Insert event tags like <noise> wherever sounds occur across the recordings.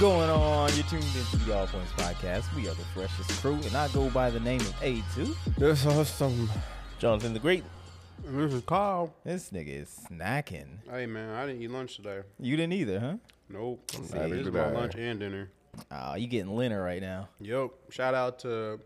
going on? You're tuned into the All Points Podcast. We are the freshest crew, and I go by the name of A2. This is some. Jonathan the Great. This is Kyle. This nigga is snacking. Hey man, I didn't eat lunch today. You didn't either, huh? Nope. This neither is did my I. lunch and dinner. Oh, you getting leaner right now. Yep. Shout out to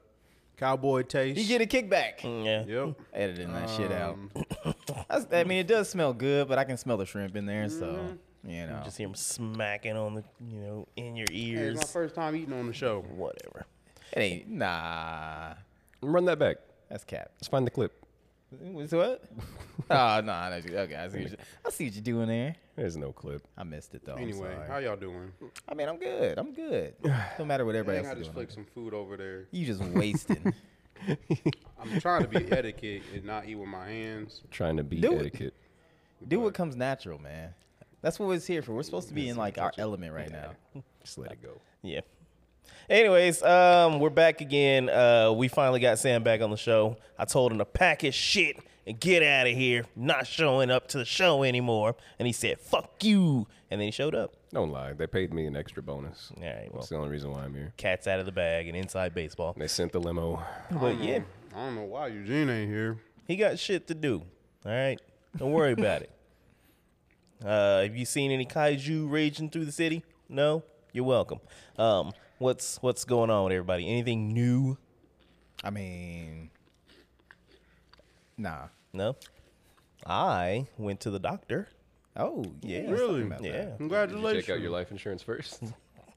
Cowboy Taste. You get a kickback. Mm, Yeah. Yep. Editing that shit out. <coughs> That's, I mean, it does smell good, but I can smell the shrimp in there, so, you know. Just hear him smacking on the, you know, in your Hey, it's my ears. first time eating on the show. Whatever. It ain't, nah. Run that back. That's cap. Let's find the clip. It's what? oh, no. I know you- Okay, I see, what you, I see what you're doing there. There's no clip. I missed it, though. I'm Anyway, sorry. how y'all doing? I mean, I'm good. I'm <sighs> good. No matter what I everybody think I else is just doing. flicked some food over there. You just <laughs> wasting. I'm trying to <laughs> be etiquette and not eat with my hands. Trying to be Do it. etiquette. Do what comes natural, man. That's what it's here for. We're supposed to be in like our element right now. Just let it go. Yeah. Anyways, um, we're back again. Uh, we finally got Sam back on the show. I told him to pack his shit and get out of here. Not showing up to the show anymore. And he said, "Fuck you." And then he showed up. Don't lie. They paid me an extra bonus. All right. Well, That's the only reason why I'm here. cats out of the bag and inside baseball. They sent the limo. But yeah, I don't know why Eugene ain't here. he got shit to do. All right. Don't worry <laughs> about it. Uh, have you seen any kaiju raging through the city? No. You're welcome. Um, what's what's going on with everybody? Anything new? I mean, nah. No. I went to the doctor. Oh yeah, Yeah. let's talk Really? about that. Yeah. Did you Congratulations. check out your life <laughs> insurance first.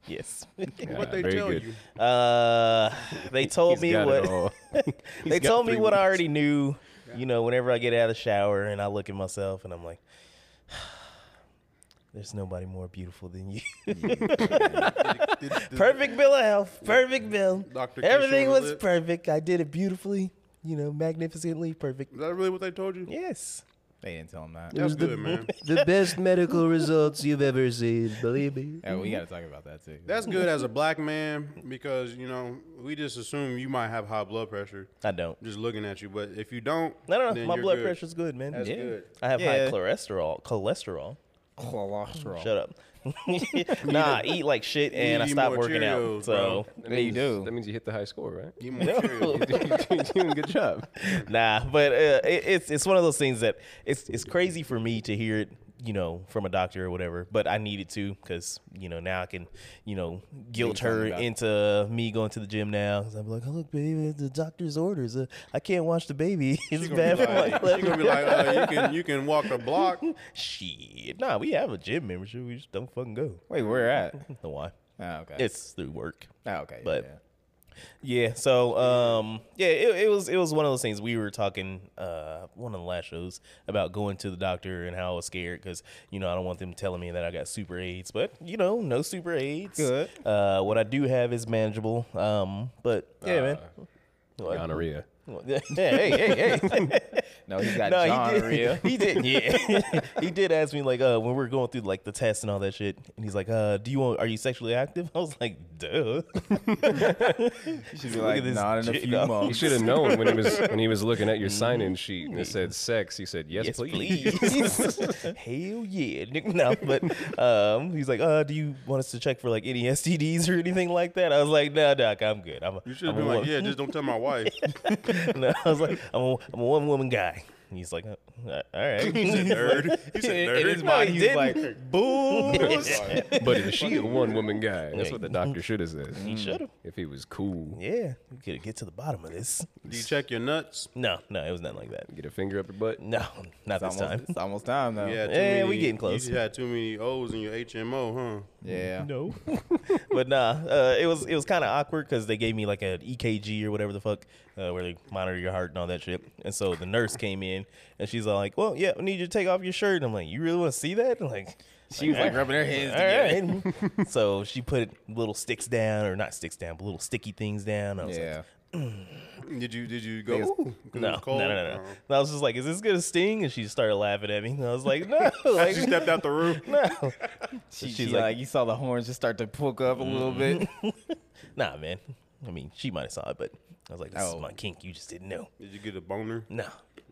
Yes. <laughs> What Ah, they very tell good. you? uh, they told He's me got it <laughs> what all. they got told me three what I weeks. already knew. You know, whenever I get out of the shower and I look at myself and I'm like, <sighs> "There's nobody more beautiful <laughs> than you." Did- did- perfect bill of health. Perfect bill. Dr. Kiss you Everything on the was lip? perfect. I did it beautifully. You know, magnificently perfect. Is that really what they told you? Yes. They didn't tell him that. That's good, man. the best medical results you've ever seen. Believe me. Yeah, Oh, we gotta talk about that too. That's good <laughs> as a black man because, you know, we just assume you might have high blood pressure I don't. just looking at you. But if you don't, No, no, no. then My you're blood good. pressure's good, man. That's Yeah. good. I have Yeah. high cholesterol. Cholesterol. cholesterol. <laughs> Shut up. <laughs> nah, I eat like shit and I eat stopped more working Cheerios, out. So That Yeah, you means- do. That means you hit the high score, <laughs> right? <laughs> Give me more Cheerios. You're doing a good job. nah, but uh, it, it's it's one of those things that it's it's crazy for me to hear it, you know, from a doctor or whatever. But I needed to because you know now I can, you know, guilt something her about it. into me going to the gym now. 'Cause I'm like, oh, look, baby, it's the doctor's orders. Uh, I can't watch the baby. <laughs> It's She gonna bad be for my like, <laughs> she gonna be blood. like uh, you can you can walk a <laughs> block. Shit, nah, we have a gym membership. We just don't fucking go. <laughs> Wait, where at? I don't know why? Oh, okay. It's through work. oh, okay. but- yeah. Yeah. So, um, yeah, it, it was it was one of those things we were talking uh, one of the last shows about going to the doctor and how I was scared because you know I don't want them telling me that I got super AIDS, but you know, no super AIDS. Good. Uh, what I do have is manageable. Um, but yeah, man. <laughs> What? Gonorrhea. Yeah, hey, hey, hey. no, he got <laughs> no, he gonorrhea. did. He did. Yeah, <laughs> he did ask me like uh, when we were going through like the tests and all that shit, and he's like, uh, "Do you want? Are you sexually active?" <laughs> I was like, "Duh." He should be Look at like this not in a jit few dog. He months. should have known when he was when he was looking at your sign-in sheet and it said sex. He said yes, Mm. yes, please. <laughs> please. <laughs> Hell yeah. <laughs> nigga. No, but um, he's like, uh, do you want us to check for like any STDs or anything like that? I was like, nah, doc, I'm good. I'm a, <laughs> You should I'm have a been like, one- yeah, just don't tell my wife. <laughs> No, I was like, I'm a, I'm a one woman guy. And he's like, uh, all right. <laughs> He's a nerd. <laughs> He's a nerd. In his mind, he was like, Boom. But if she a one-woman guy, that's Yeah. what the doctor should have said. he should have. If he was cool, <laughs> Yeah, we could get to the bottom of this. Do you check your nuts? No, no, it was nothing like that. get a finger up your butt. No, not it's almost, this time. it's almost time though. Yeah, Eh, we getting close. You just had too many O's in your HMO, huh? Yeah. No. but nah, uh, it was it was kind of awkward because they gave me like an EKG or whatever the fuck, uh, where they monitor your heart and all that shit. And so the nurse came in and she's all like, "Well, yeah, we need you to take off your shirt." And I'm like, "You really want to see that?" <laughs> And like. She was like rubbing her hands together. <laughs> All right. so she put little sticks down, or not sticks down, but little sticky things down. I was like, Yeah. Did you did you go? Niggas- "Ooh," 'cause it no, was no, cold? no, no, Uh-huh. no. Oh. And I was just like, "Is this gonna sting?" And she started laughing at me. And I was <laughs> like, "No, <laughs> like, She stepped out the <laughs> room. no, She, She's she like- like, Mm-hmm. you saw the horns just start to poke up a little bit. nah, man." I mean, she might have saw it, but I was like, "This Oh. is my kink. You just didn't know." Did you get a boner? No.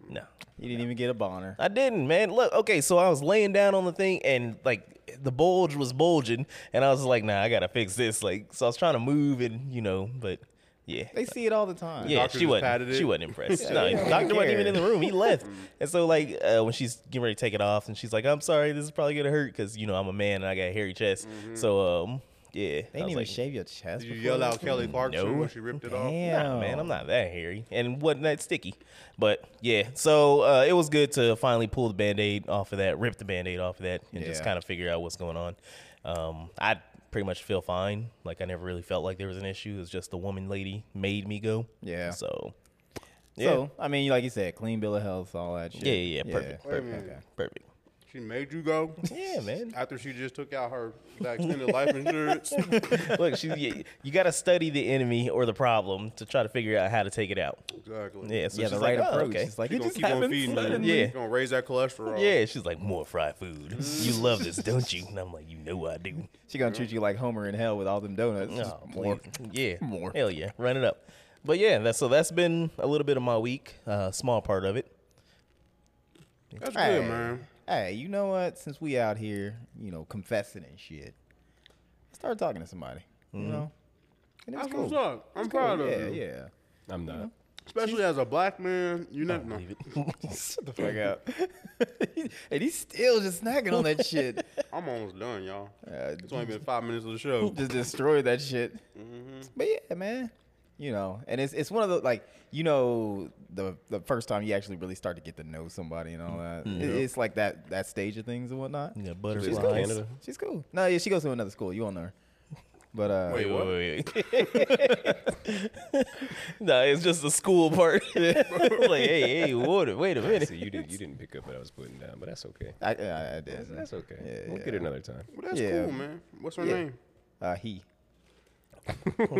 No. <laughs> You didn't even get a boner. I didn't, man. Look, okay, so I was laying down on the thing and like the bulge was bulging and I was like, nah, I gotta fix this. Like so I was trying to move and you know, but yeah. They see it all the time. Yeah, doctor she just wasn't. patted it. She <laughs> wasn't impressed. no, yeah, who doctor wasn't even in cares? the room. He left. and so, like, uh, when she's getting ready to take it off, and she's like, "I'm sorry, this is probably gonna hurt because you know I'm a man and I got a hairy chest." Mm-hmm. So, um, They yeah, I didn't was even like, shave your chest. Did you before yell that? out Kelly Clarkson No. when she ripped it off? Damn, Nah, man, I'm not that hairy, and wasn't that sticky. But yeah, so uh, it was good to finally pull the band-aid off of that, rip the band-aid off of that, and just Yeah. kind of figure out what's going on. Um, I pretty much feel fine. Like I never really felt like there was an issue. It was just the woman lady made me go. Yeah. So. So I mean, like you said, clean bill of health, all that shit. Yeah, yeah, yeah, <laughs> perfect, Wait a minute. Perfect. She made you <laughs> go Yeah, <laughs> man. after she just took out her that extended life <laughs> insurance. Look, she, you, you got to study the enemy or the problem to try to figure out how to take it out. Exactly. Yeah, so yeah, she's the like, right "Oh, approach. okay. It's like She it gonna just keep on happened feeding you. suddenly. Yeah. She gonna raise that cholesterol. yeah, she's like, more fried food. you love this, don't you? And I'm like, you know I do. She gonna treat you like Homer in hell with all them donuts. No, Just more. Yeah, More. Hell yeah, run it up. But yeah, that's, so that's been a little bit of my week, uh, small part of it. That's Hey. good, man. Hey, you know what? Since we out here, you know, confessing and shit, start talking to somebody. You know, and it's That's cool. what's up. I'm It's cool. proud of yeah, you. Yeah, I'm not. Especially as a black man, you never know. Shut the fuck up. <laughs> and he's still just snacking on that shit. I'm almost done, y'all. Uh, It's only been five minutes of the show. just destroy that shit. But yeah, man, you know, and it's it's one of the like you know the the first time you actually really start to get to know somebody and all that. It- it's like that that stage of things and whatnot. Yeah, She's butterflies. cool. Canada? She's cool. No, yeah, she goes to another school. You won't know her. But uh, Wait, what? wait, wait, wait. <laughs> no, it's just the school part. <laughs> like, hey, hey, wait, wait a minute. <laughs> See, you did. You didn't pick up what I was putting down, but that's okay. I, I, I did. That's, that's okay. Yeah, we'll get it another time. Well, that's Yeah. cool, man. What's her Yeah. <laughs> name? <laughs> Uh, he.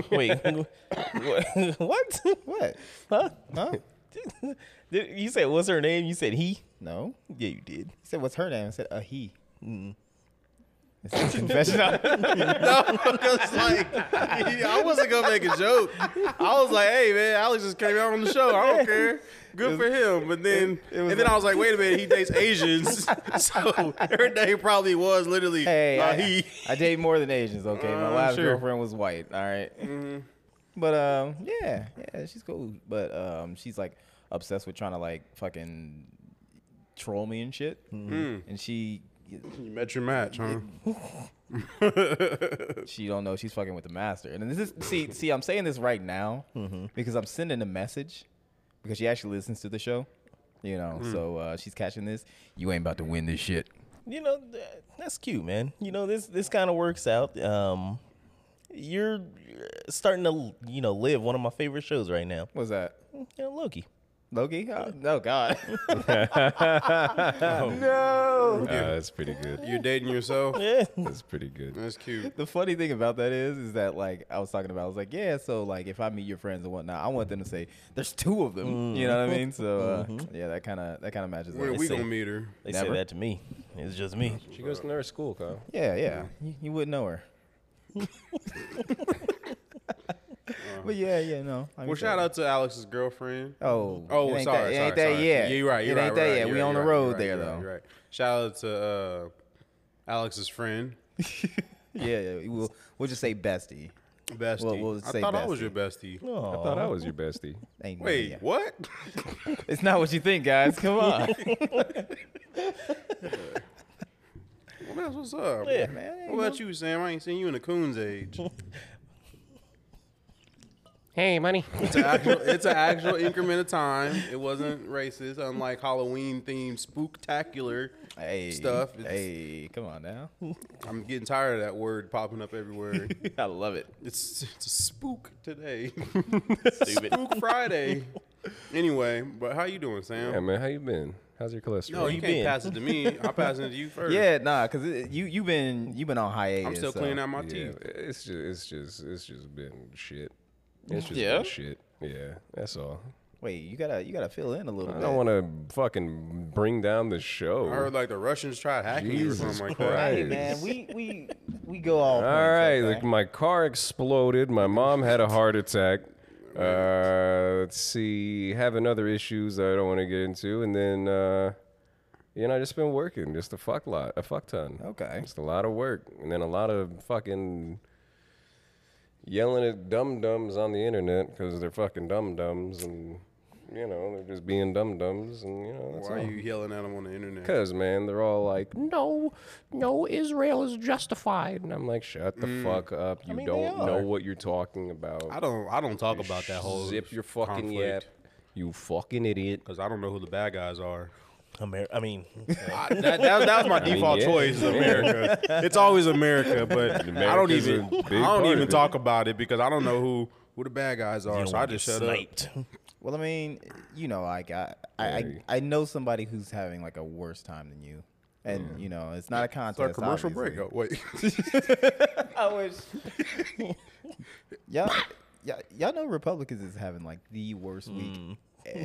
Wait, <laughs> wh- what? <laughs> What? Huh? Huh? Did- you said what's her name? You said he. no. Yeah, you did. He said, "What's her name?" I said, "A he." It's a confession. Just like I wasn't gonna make a joke. I was like, "Hey, man, Alex just came out on the show. I don't care. Good for him." But then, and then I was like, "Wait a minute, he <laughs> dates Asians." so her name probably was literally hey, uh, I, he. I date more than Asians. Okay, my I'm last sure. Mm-hmm. girlfriend was white. All right. But um, yeah, yeah, she's cool. But um, she's like obsessed with trying to like fucking troll me and shit. Mm. And she You met your match, huh? she don't know she's fucking with the master. And this is see see I'm saying this right now because I'm sending a message because she actually listens to the show. You know, Mm. so uh, she's catching this. You ain't about to win this shit. You know th- that's cute, man. You know this this kind of works out. Um, you're you're starting to you know live one of my favorite shows right now. What's that? You know, Loki. Loki? Oh, no, God. <laughs> Uh, that's pretty good. You're dating yourself. Yeah. That's pretty good. <laughs> That's cute. the funny thing about that is, is that like I was talking about, I was like, yeah, so like if I meet your friends and whatnot, I want them to say, there's two of them. Mm. You know what I mean? So uh, Mm-hmm. yeah, that kind of that kind of matches. When up. are we see. gonna meet her? They Never. say that to me. It's just me. She goes to another school, Kyle. Yeah, yeah. You, you wouldn't know <laughs> her. but yeah, yeah, no. I Well, shout out to Alex's girlfriend. Oh, Oh, it ain't that, sorry, it sorry, ain't that sorry. yet. Yeah, you're right. You're it right. ain't you're that right, yet. you're we right, on the you're right, road you're there right, though. you're right. Shout out to uh, Alex's friend, Yeah, yeah. We'll we'll just say bestie. bestie. Well, we'll I say thought I was bestie. Oh, your bestie. I thought I was your bestie. Ain't no Wait, yet. what? <laughs> It's not what you think, guys. Come on, well, that's what's up. Yeah, man. What about you, Sam? I ain't seen you in the <laughs> coon's age. Hey, money. It's an <laughs> actual, it's an actual increment of time. It wasn't racist, unlike Halloween themed spooktacular. Hey, Stuff, it's- Hey, come on now. I'm getting tired of that word popping up everywhere. I love it. It's it's a spook today. spook Friday. Anyway, but how you doing, Sam? Yeah, man. How you been? How's your cholesterol? No, you you can't been? pass it to me. I'm passing it to you first. Yeah, nah, cause it, you you been you been on hiatus. I'm still so. cleaning out my yeah, teeth. it's just, it's just, it's just been shit. It's just Yeah? been shit. Yeah, that's all. Wait, you gotta you gotta fill in a little I bit. don't want to fucking bring down the show. I heard like the Russians tried hacking Jesus you or something like Christ. that. Hey man, <laughs> we we we go all. All right, like my car exploded. My mom had a heart attack. Uh, let's see. Having other issues that I don't want to get into, and then uh, you know, I just been working, just a fuck lot, a fuck ton. Okay. just a lot of work, and then a lot of fucking yelling at dum dums on the internet because they're fucking dum dums, and you know, they're just being dum dums, and you know, that's Why all. are you yelling at him on the internet? Because, man, they're all like, no, no, Israel is justified. And I'm like, shut the fuck up. You don't know what you're talking about. I don't. I don't talk about that whole Zip your fucking yap. You fucking idiot. because I don't know who the bad guys are. Amer- I mean, I, that, that, that was my mean, default yeah, choice, yeah. America. It's always America, but I don't <laughs> America's even a big I don't part of even it. talk about it because I don't know who who the bad guys Oh, are. So I just shut up. up. Well, I mean, you know, like I, I, I, I know somebody who's having like a worse time than you, and you know, it's not a contest. It's our commercial <laughs> break. obviously. Oh, wait, I wish. y'all, y'all, y'all know Republicans is having like the worst week ever.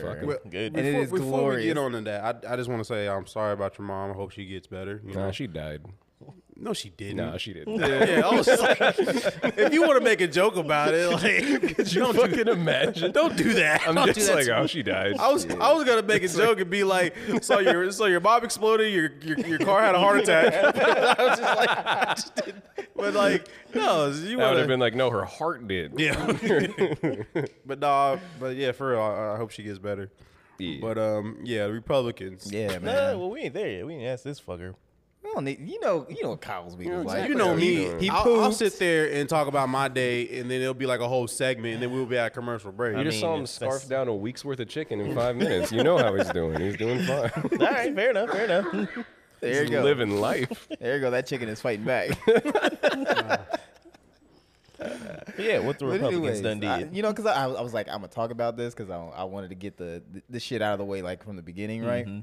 fucking- Mm. <laughs> Well, Good. And it before, is before we glorious. get on to that, I, I just want to say I'm sorry about your mom. I hope she gets better. You know? Nah, she died. no, she didn't. Nah, she <laughs> didn't. yeah, I was like, <laughs> if you want to make a joke about it, like <laughs> Could you don't fucking imagine? don't do that. <laughs> I'm Don't do just that like, to oh, she died. I was I was gonna make a joke and be like, so your so your bomb exploded, your your, your car had a heart attack. <laughs> I was just like, I just didn't- but like, no, you that would have would been like, no, her heart did. yeah. <laughs> but no, but yeah, for real, I, I hope she gets better. Yeah. But um, yeah, the Republicans. Yeah, Nah, man. well, we ain't there yet. We ain't asked this fucker. We don't need- you know, you know what Kyle's week is like. You know me. He I'll, I'll pooped. sit there and talk about my day, and then it'll be like a whole segment, and then we'll be at a commercial break. You just mean, saw him it's- that's- scarf down a week's worth of chicken in five minutes. You know how he's doing. <laughs> He's doing fine. All right, fair enough, fair enough. <laughs> There you He's go. living life. There you go. That chicken is fighting back. But yeah, what the But Republicans anyways, done did. I- you know, because I, I was like, I'm gonna talk about this because I, I wanted to get the, the shit out of the way like from the beginning, right? Mm-hmm.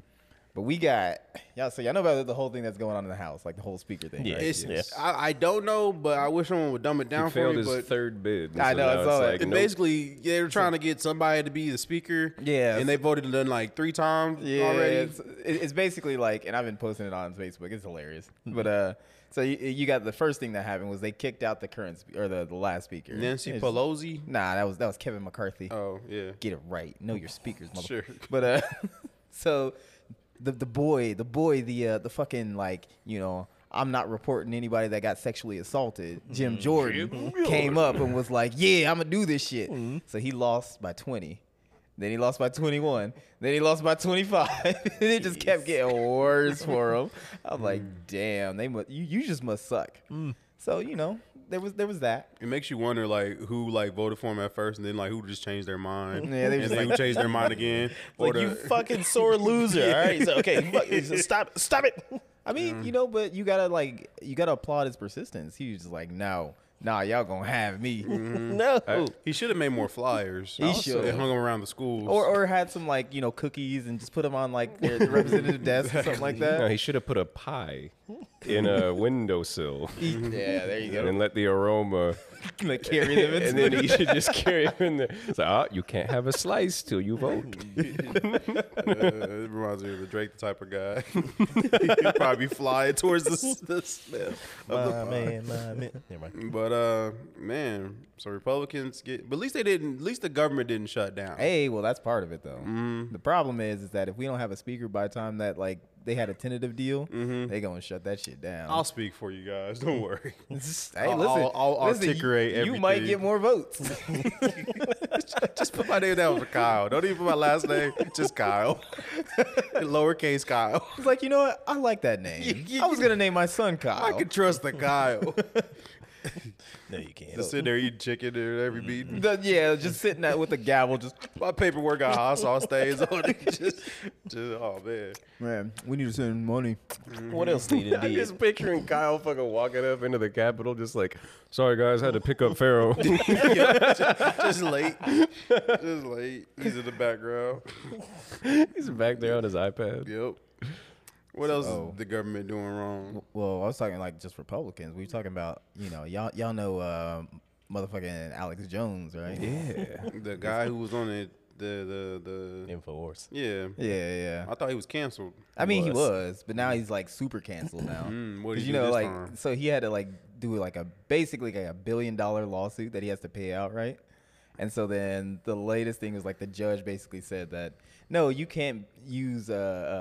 But we got y'all. So y'all know about the whole thing that's going on in the house, like the whole speaker thing. Yeah. right? It's, Yes. I, I don't know, but I wish someone would dumb it down He for failed me. his but third bid. I know, I now saw that. It's And like, nope. basically, they were trying to get somebody to be the speaker. Yeah. And they voted it in like three times Yeah, already. It's, it- it's basically like, and I've been posting it on Facebook. It's hilarious. Mm-hmm. But uh, so you, you got the first thing that happened was they kicked out the current spe- or the, the last speaker, Nancy It's- Pelosi. Nah, that was that was Kevin McCarthy. Oh, yeah. get it right. Know your speakers, motherfucker. Sure. <laughs> But uh, so the the boy, the boy, the uh, the fucking like you know. I'm not reporting anybody that got sexually assaulted. Mm-hmm. Jim Jordan <laughs> came up and was like, "Yeah, I'm gonna do this shit." Mm-hmm. So he lost by 20. Then he lost by 21. Then he lost by 25. <laughs> and it just kept getting worse for <laughs> him. I was like, Mm. "Damn, they must, you, you just must suck." So you know, there was there was that. It makes you wonder, like, who like voted for him at first, and then like who just changed their mind, Yeah, they and just then like- who changed their mind <laughs> again. or like you the- fucking sore loser. All right, so okay, fuck, stop, stop it. I mean, you know, but you gotta like you gotta applaud his persistence. He was just like, no, nah, y'all gonna have me, No, he should have made more flyers. He should. They hung them around the <laughs> schools. or or had some like you know cookies and just put them on like their the representative <laughs> desk or something like No, that. he should have put a pie in a <laughs> windowsill yeah, there you go. and let the <laughs> aroma. Like, carry them <laughs> And into then he should just carry it in there. It's like, ah, you can't have a slice till you <laughs> vote. uh, it reminds me of the Drake type of guy. <laughs> <laughs> He'd probably be flying towards the, the smell. my Oh, man, my man. Never mind. But uh, man, so Republicans get, but at least they didn't. At least the government didn't shut down. Hey, well, that's part of it though. The problem is, is that if we don't have a speaker by the time that like they had a tentative deal, they gonna shut that shit down. I'll speak for you guys. Don't worry. <laughs> hey, listen, I'll- I'll- I'll listen, you- articulate You might everything. get more votes. <laughs> <laughs> Just put my name down for Kyle. Don't even put my last name. Just Kyle. <laughs> Lowercase Kyle. It's like you know what? I like that <laughs> name. I was gonna name my son Kyle. I can trust the Kyle. No, you <laughs> can't. Just sitting there eating chicken at every meeting. The- yeah, just sitting out with a gavel, just My paperwork got hot sauce stains on it. <laughs> Just, just oh man. Man, we need to send money. What else they done I'm did? just picturing Kyle fucking walking up into the Capitol, just like, sorry guys, had to pick up <laughs> Pharaoh. Just <laughs> late. Just late. He's in the background. He's back there on his iPad. Yep. What else Oh. is the government doing wrong? Well, I was talking like just Republicans. We were talking about you know y'all y'all know uh, motherfucking Alex Jones, right? Yeah, The guy who was on it, the the the Infowars. yeah. <laughs> yeah, yeah. I thought he was canceled. I mean, he was. was, but now he's like super canceled now. Mm, what 'Cause did he you do know, this like, time? so he had to like do like a basically like a billion dollar lawsuit that he has to pay out, right? And so then the latest thing was like the judge basically said that no, you can't use uh,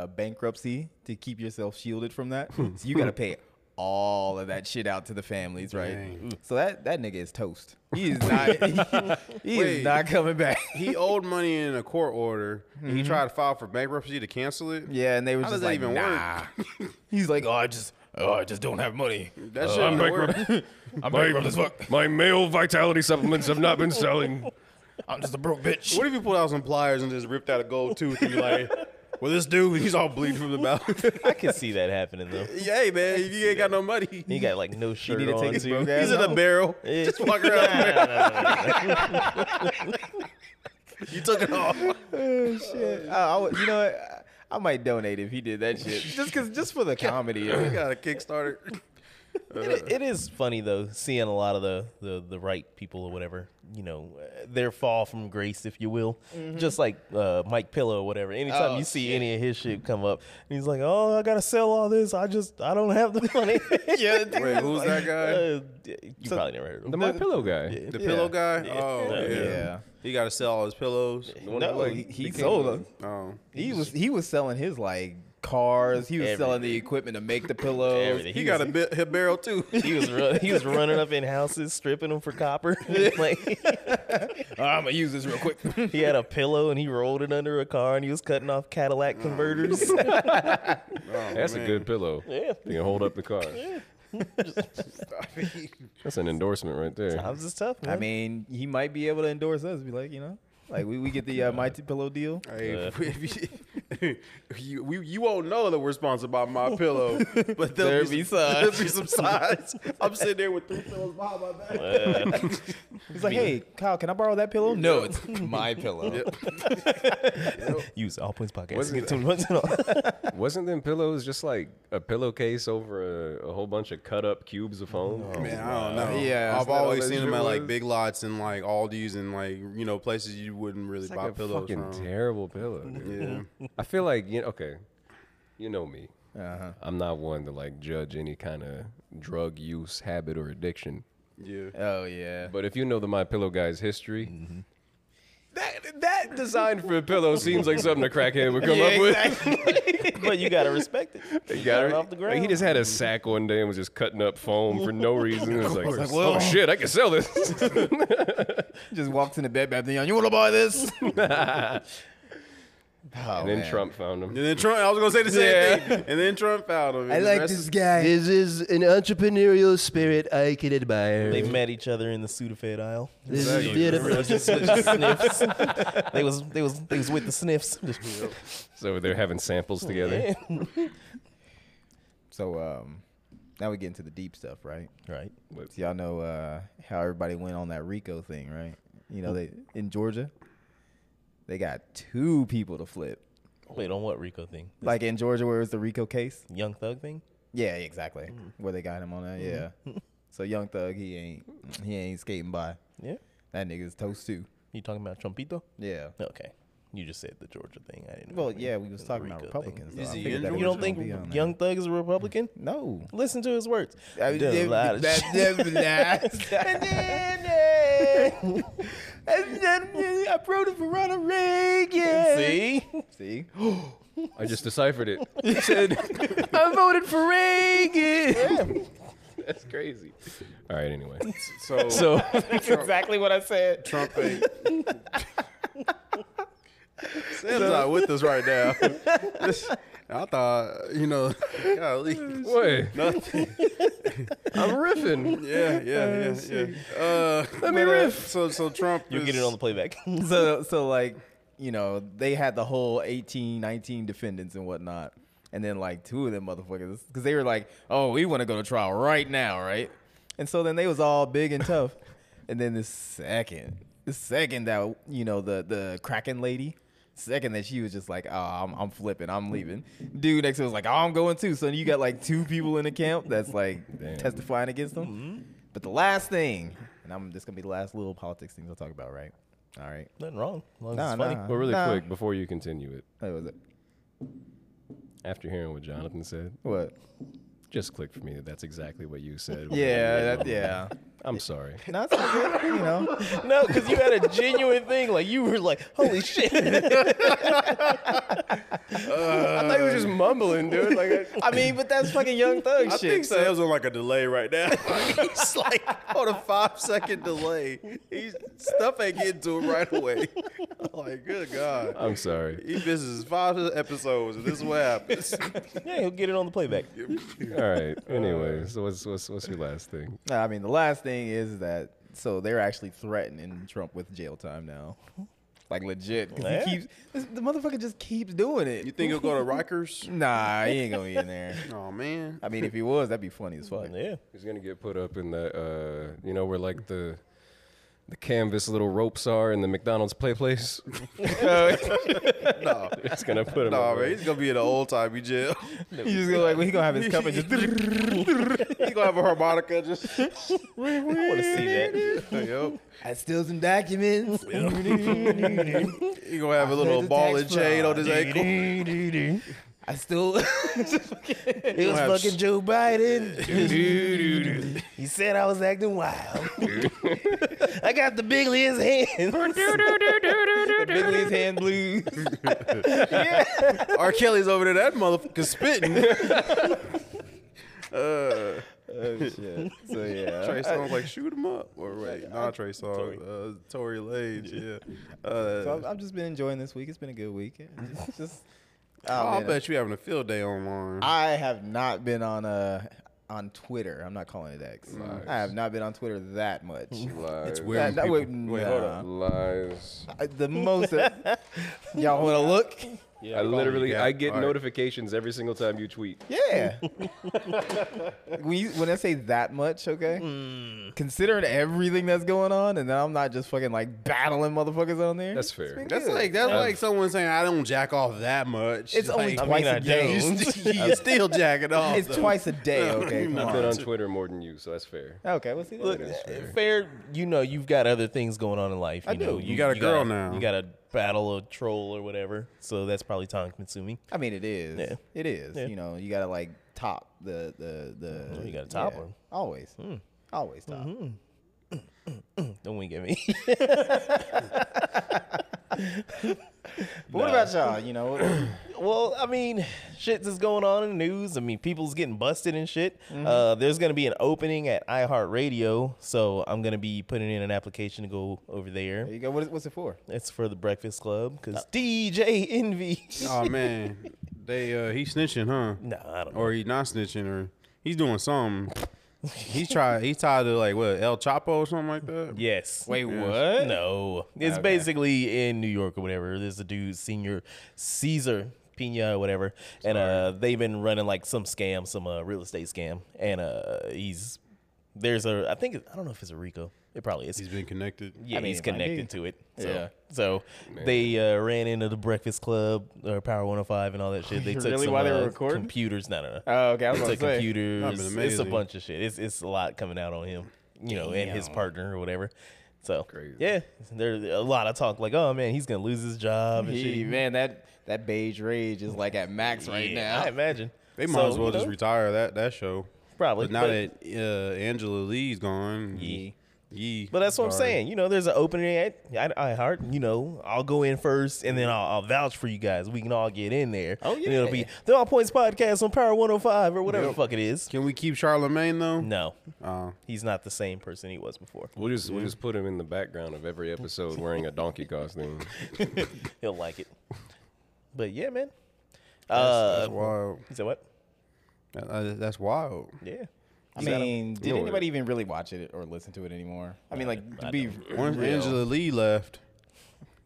uh, bankruptcy to keep yourself shielded from that. so you got to pay all of that shit out to the families, right? So that that nigga is toast. He is not. <laughs> he Wait. is not coming back. <laughs> He owed money in a court order. and He tried to file for bankruptcy to cancel it. Mm-hmm. Yeah, and they were How just does that like, even nah. work? <laughs> He's like, oh, I just, oh, I just don't have money. Uh, That shit don't work. I'm My, bankrupt as fuck. my male vitality supplements have not been <laughs> selling. I'm just a broke bitch. <laughs> What if you pulled out some pliers and just ripped out a gold tooth and be like, well, this dude, he's all bleeding from the mouth. <laughs> I could see that happening though. hey, man, if you ain't got no money, He got like no shirt need to on. take his too. broke ass he's in a barrel. Yeah. Just <laughs> walk around. <laughs> you took it off. <laughs> shit. I, I would- you know what? I- I might donate if he did that shit. Just cause, just for the comedy. of You it. got a Kickstarter. It, it is funny though seeing a lot of the, the the right people or whatever you know uh, their fall from grace if you will just like uh, Mike Pillow or whatever anytime Oh, you see any of his shit come up and he's like oh I gotta sell all this I just I don't have the money <laughs> yeah, the Wait, who's that guy? Uh, you probably never heard of The him my pillow guy. The pillow guy? Oh, Yeah. yeah. Yeah. He got to sell all his pillows. one no who, like, he, he became- sold. them. Oh. He was he was selling his like cars. He was selling the Everything. equipment to make the pillows. Everything. He, He got was- a, bit, a barrel, too. <laughs> he was run, he was running up in houses stripping them for copper like I'm gonna use this real quick. he had a pillow and he rolled it under a car and he was cutting off Cadillac converters <laughs> That's a good pillow. yeah You can hold up the <laughs> car. That's an endorsement right there. times is tough man. I mean, he might be able to endorse us. Be like, you know, like we, we get the uh, my T- pillow deal. <laughs> Hey, <laughs> if you, <laughs> you, we, you won't know that we're sponsored by My <laughs> Pillow, but there'll There be, be some, <laughs> there'll be some <laughs> sides. I'm sitting there with three pillows behind my back. He's like, hey, Kyle, can I borrow that pillow? No, it's my pillow. use all points podcast Wasn't Get too much <laughs> and all- Wasn't them pillows just like a pillowcase over a, a whole bunch of cut up cubes of foam? Man, I don't know. Yeah, I've isn't that all always that seen shit them at like was? Big Lots and like Aldi's and like you know places you wouldn't really It's buy like a pillows fucking from. terrible pillow. dude. Yeah, I feel like you know, okay, you know me. Uh-huh. I'm not one to like judge any kind of drug use habit or addiction. yeah. Oh yeah. But if you know the My Pillow guy's history, That that design for a pillow seems like something a crackhead would come up with. <laughs> but you gotta respect it. You got it off the ground. Like, he just had a sack one day and was just cutting up foam for no reason. It was like, course. oh shit, I can sell this. just walks into Bed Bath and Beyond. You want to buy this? <laughs> oh, and then Trump found him. And then Trump, I was gonna say the same thing. And then Trump found him. I and the like rest this is- guy. This is an entrepreneurial spirit I can admire. they met each other in the Sudafed <laughs> aisle. This is beautiful. Just with the sniffs. They was they was they was with the sniffs. <laughs> So they're having samples together. So um, now we get into the deep stuff, right? right. So y'all know uh, how everybody went on that Rico thing, right? You know, they in Georgia, they got two people to flip. Wait, on what Rico thing? Like in Georgia, where it was the Rico case. Young Thug thing? Yeah, exactly. Mm-hmm. Where they got him on that. <laughs> Yeah. so Young Thug, he ain't he ain't skating by. Yeah. That nigga's toast too. You talking about Trumpito? Yeah. Okay. You just said the Georgia thing. I didn't. Well, remember yeah, you we was said the talking about Rico thing. Republicans. Is I he figured in that Georgia? was You don't gonna think be on there. Young Thug is a Republican? No. Listen to his words. I Did a lot of shit. <laughs> uh, <laughs> I wrote it for Ronald Reagan. See? <laughs> See? I just deciphered <laughs> it. I voted for Reagan. That's crazy. All right, anyway. So, So That's exactly what I said. Trump ain't. Sam's not with us right now. <laughs> This- I thought, you <laughs> know, golly. what? Nothing. <laughs> I'm riffing. Yeah, yeah, yeah, yeah. Uh, Let me riff. So, so Trump. You get it on the playback. <laughs> <laughs> So, so like, you know, they had the whole 18, 19 defendants and whatnot. And then like two of them motherfuckers, because they were like, oh, we want to go to trial right now, right? And so then they was all big and tough. <laughs> and then the second, the second that, you know, the, the Kraken lady, second that she was just like, oh, I'm, I'm flipping, I'm leaving. Dude next to her was like, oh, I'm going too. So you got like two people in the camp that's like Damn. testifying against them. But the last thing, and I'm this gonna be the last little politics things I'll talk about, right? All right. Nothing wrong. As long as Nah, it's funny. nah. But really Nah. quick, before you continue it, What was it? after hearing what Jonathan said, What? just click for me that that's exactly what you said. <laughs> Yeah, that, yeah. I'm sorry. No, it's all good. You know, <laughs> No, because you had a genuine thing. Like you were like, "Holy <laughs> shit!" I thought you were just mumbling, dude. Like, I mean, but that's fucking Young Thug I shit. think Sam's on like a delay right now. <laughs> He's like on a five second delay. He's stuff ain't getting to him right away. <laughs> like, good God. I'm sorry. He misses five episodes, and this is what happens. yeah, he'll get it on the playback. All right. Anyway, so what's what's what's your last thing? No, I mean, the last thing is that so they're actually threatening Trump with jail time now. <laughs> Like legit, 'cause Yeah. he keeps this- the motherfucker just keeps doing it. You think he'll <laughs> go to Rikers? Nah, he ain't gonna be in there. Oh man. I mean, if he was, that'd be funny as fuck. Yeah, He's gonna get put up in that, uh, you know, where like the the canvas little ropes are in the McDonald's play place. <laughs> <laughs> No. It's gonna put him. No, up man, there. he's gonna be in an old timey <laughs> jail. He just gonna like he gonna have his cup and just. He's gonna have a harmonica just I want to see that. Yup. I steal some documents. He gonna have a little There's a ball tax and chain on fraud. his ankle. <laughs> I <laughs> still. <laughs> It was have fucking <laughs> Joe Biden. he said I was acting wild. <laughs> I got the bigliest <laughs> hands. Bigley's hand blues. R. Kelly's over there, that motherfucker <laughs> spitting. uh, Oh shit. So yeah. Trey Songz like shoot him up. Or wait, not Trey Songz, uh, Tory Lanez. Yeah. Uh, So I've, I've just been enjoying this week. It's been a good week. It's just, oh, I man. bet you having a field day online. I have not been on uh on Twitter. I'm not calling it X. I have not been on Twitter that much. Lies. It's That- that would- Wait, hold nah. up. Lies. I- the most <laughs> that- y'all want to look? I literally, yeah, I get all right. notifications every single time you tweet. <laughs> Yeah. when, you, when I say that much, okay, Hmm. considering everything that's going on, and then I'm not just fucking like battling motherfuckers on there. That's fair. That's like that's like someone saying I don't jack off that much. It's only like, I twice mean, I a day. don't. <laughs> you st- <laughs> you still jacking off. It's though. twice a day. <laughs> Okay, come I've been on. on Twitter more than you, so that's fair. Okay, we'll see. Look, That. fair. You know, you've got other things going on in life. You I know, do. You got a girl gotta- now. You got to battle a troll or whatever. So that's probably time consuming. I mean, it is. Yeah. It is. Yeah. You know, you gotta like top the the the. you gotta top Hmm. Mm-hmm. 'em. Always. Always top. Don't wink at me. <laughs> But what about y'all? You <coughs> know, what- Well, I mean, shit that's going on in the news. I mean, people's getting busted and shit. Mm-hmm. Uh, there's going to be an opening at iHeartRadio, so I'm going to be putting in an application to go over there. there you go. What is, what's it for? It's for the Breakfast Club because DJ Envy. <laughs> Oh man, they uh, he snitching, huh? no, I don't know. Or he not snitching, or he's doing something. He's try he's tied to like what El Chapo or something <laughs> like that. Yes. Wait, what? No. It's Okay. basically in New York or whatever. There's a dude, Senior Caesar Pina or whatever, and uh, they've been running like some scam, some uh, real estate scam, and uh, he's there's a I think I don't know if it's a Rico. It probably is. He's been connected. Yeah, I mean, he's it might connected be. to it. So, Yeah. So they uh, ran into the Breakfast Club or Power 105 and all that <laughs> shit. They took Really? some, Why they were uh, recording? computers. No, no, no. Oh, okay. I was It's about a to say. That'd computers. been It's a amazing. bunch of shit. It's it's a lot coming out on him, you know, and his Damn. partner or whatever. So Crazy. yeah, there's a lot of talk like, oh man, he's gonna lose his job and Gee, shit. man, that that beige rage is like at max right Yeah, I now. imagine They might So, as well you just know, retire that that show. probably But now but- that uh, Angela Lee's gone, Yeah. Yee. But that's what I'm Sorry. saying. You know, there's an opening at at iHeart. You know, I'll go in first, and then I'll, I'll vouch for you guys. We can all get in there. Oh, And it'll be yeah. the All Points Podcast on Power 105 or whatever the fuck it is. Can we keep Charlemagne though? No, Uh, he's not the same person he was before. We'll just we'll just put him in the background of every episode wearing a donkey costume. He'll like it. But yeah, man. Uh, that's wild. he said what? That- that- that's <clears throat> wild. Yeah. I mean, did No, anybody even really watch it or listen to it anymore? I mean, like to be Once real, Angela Lee left,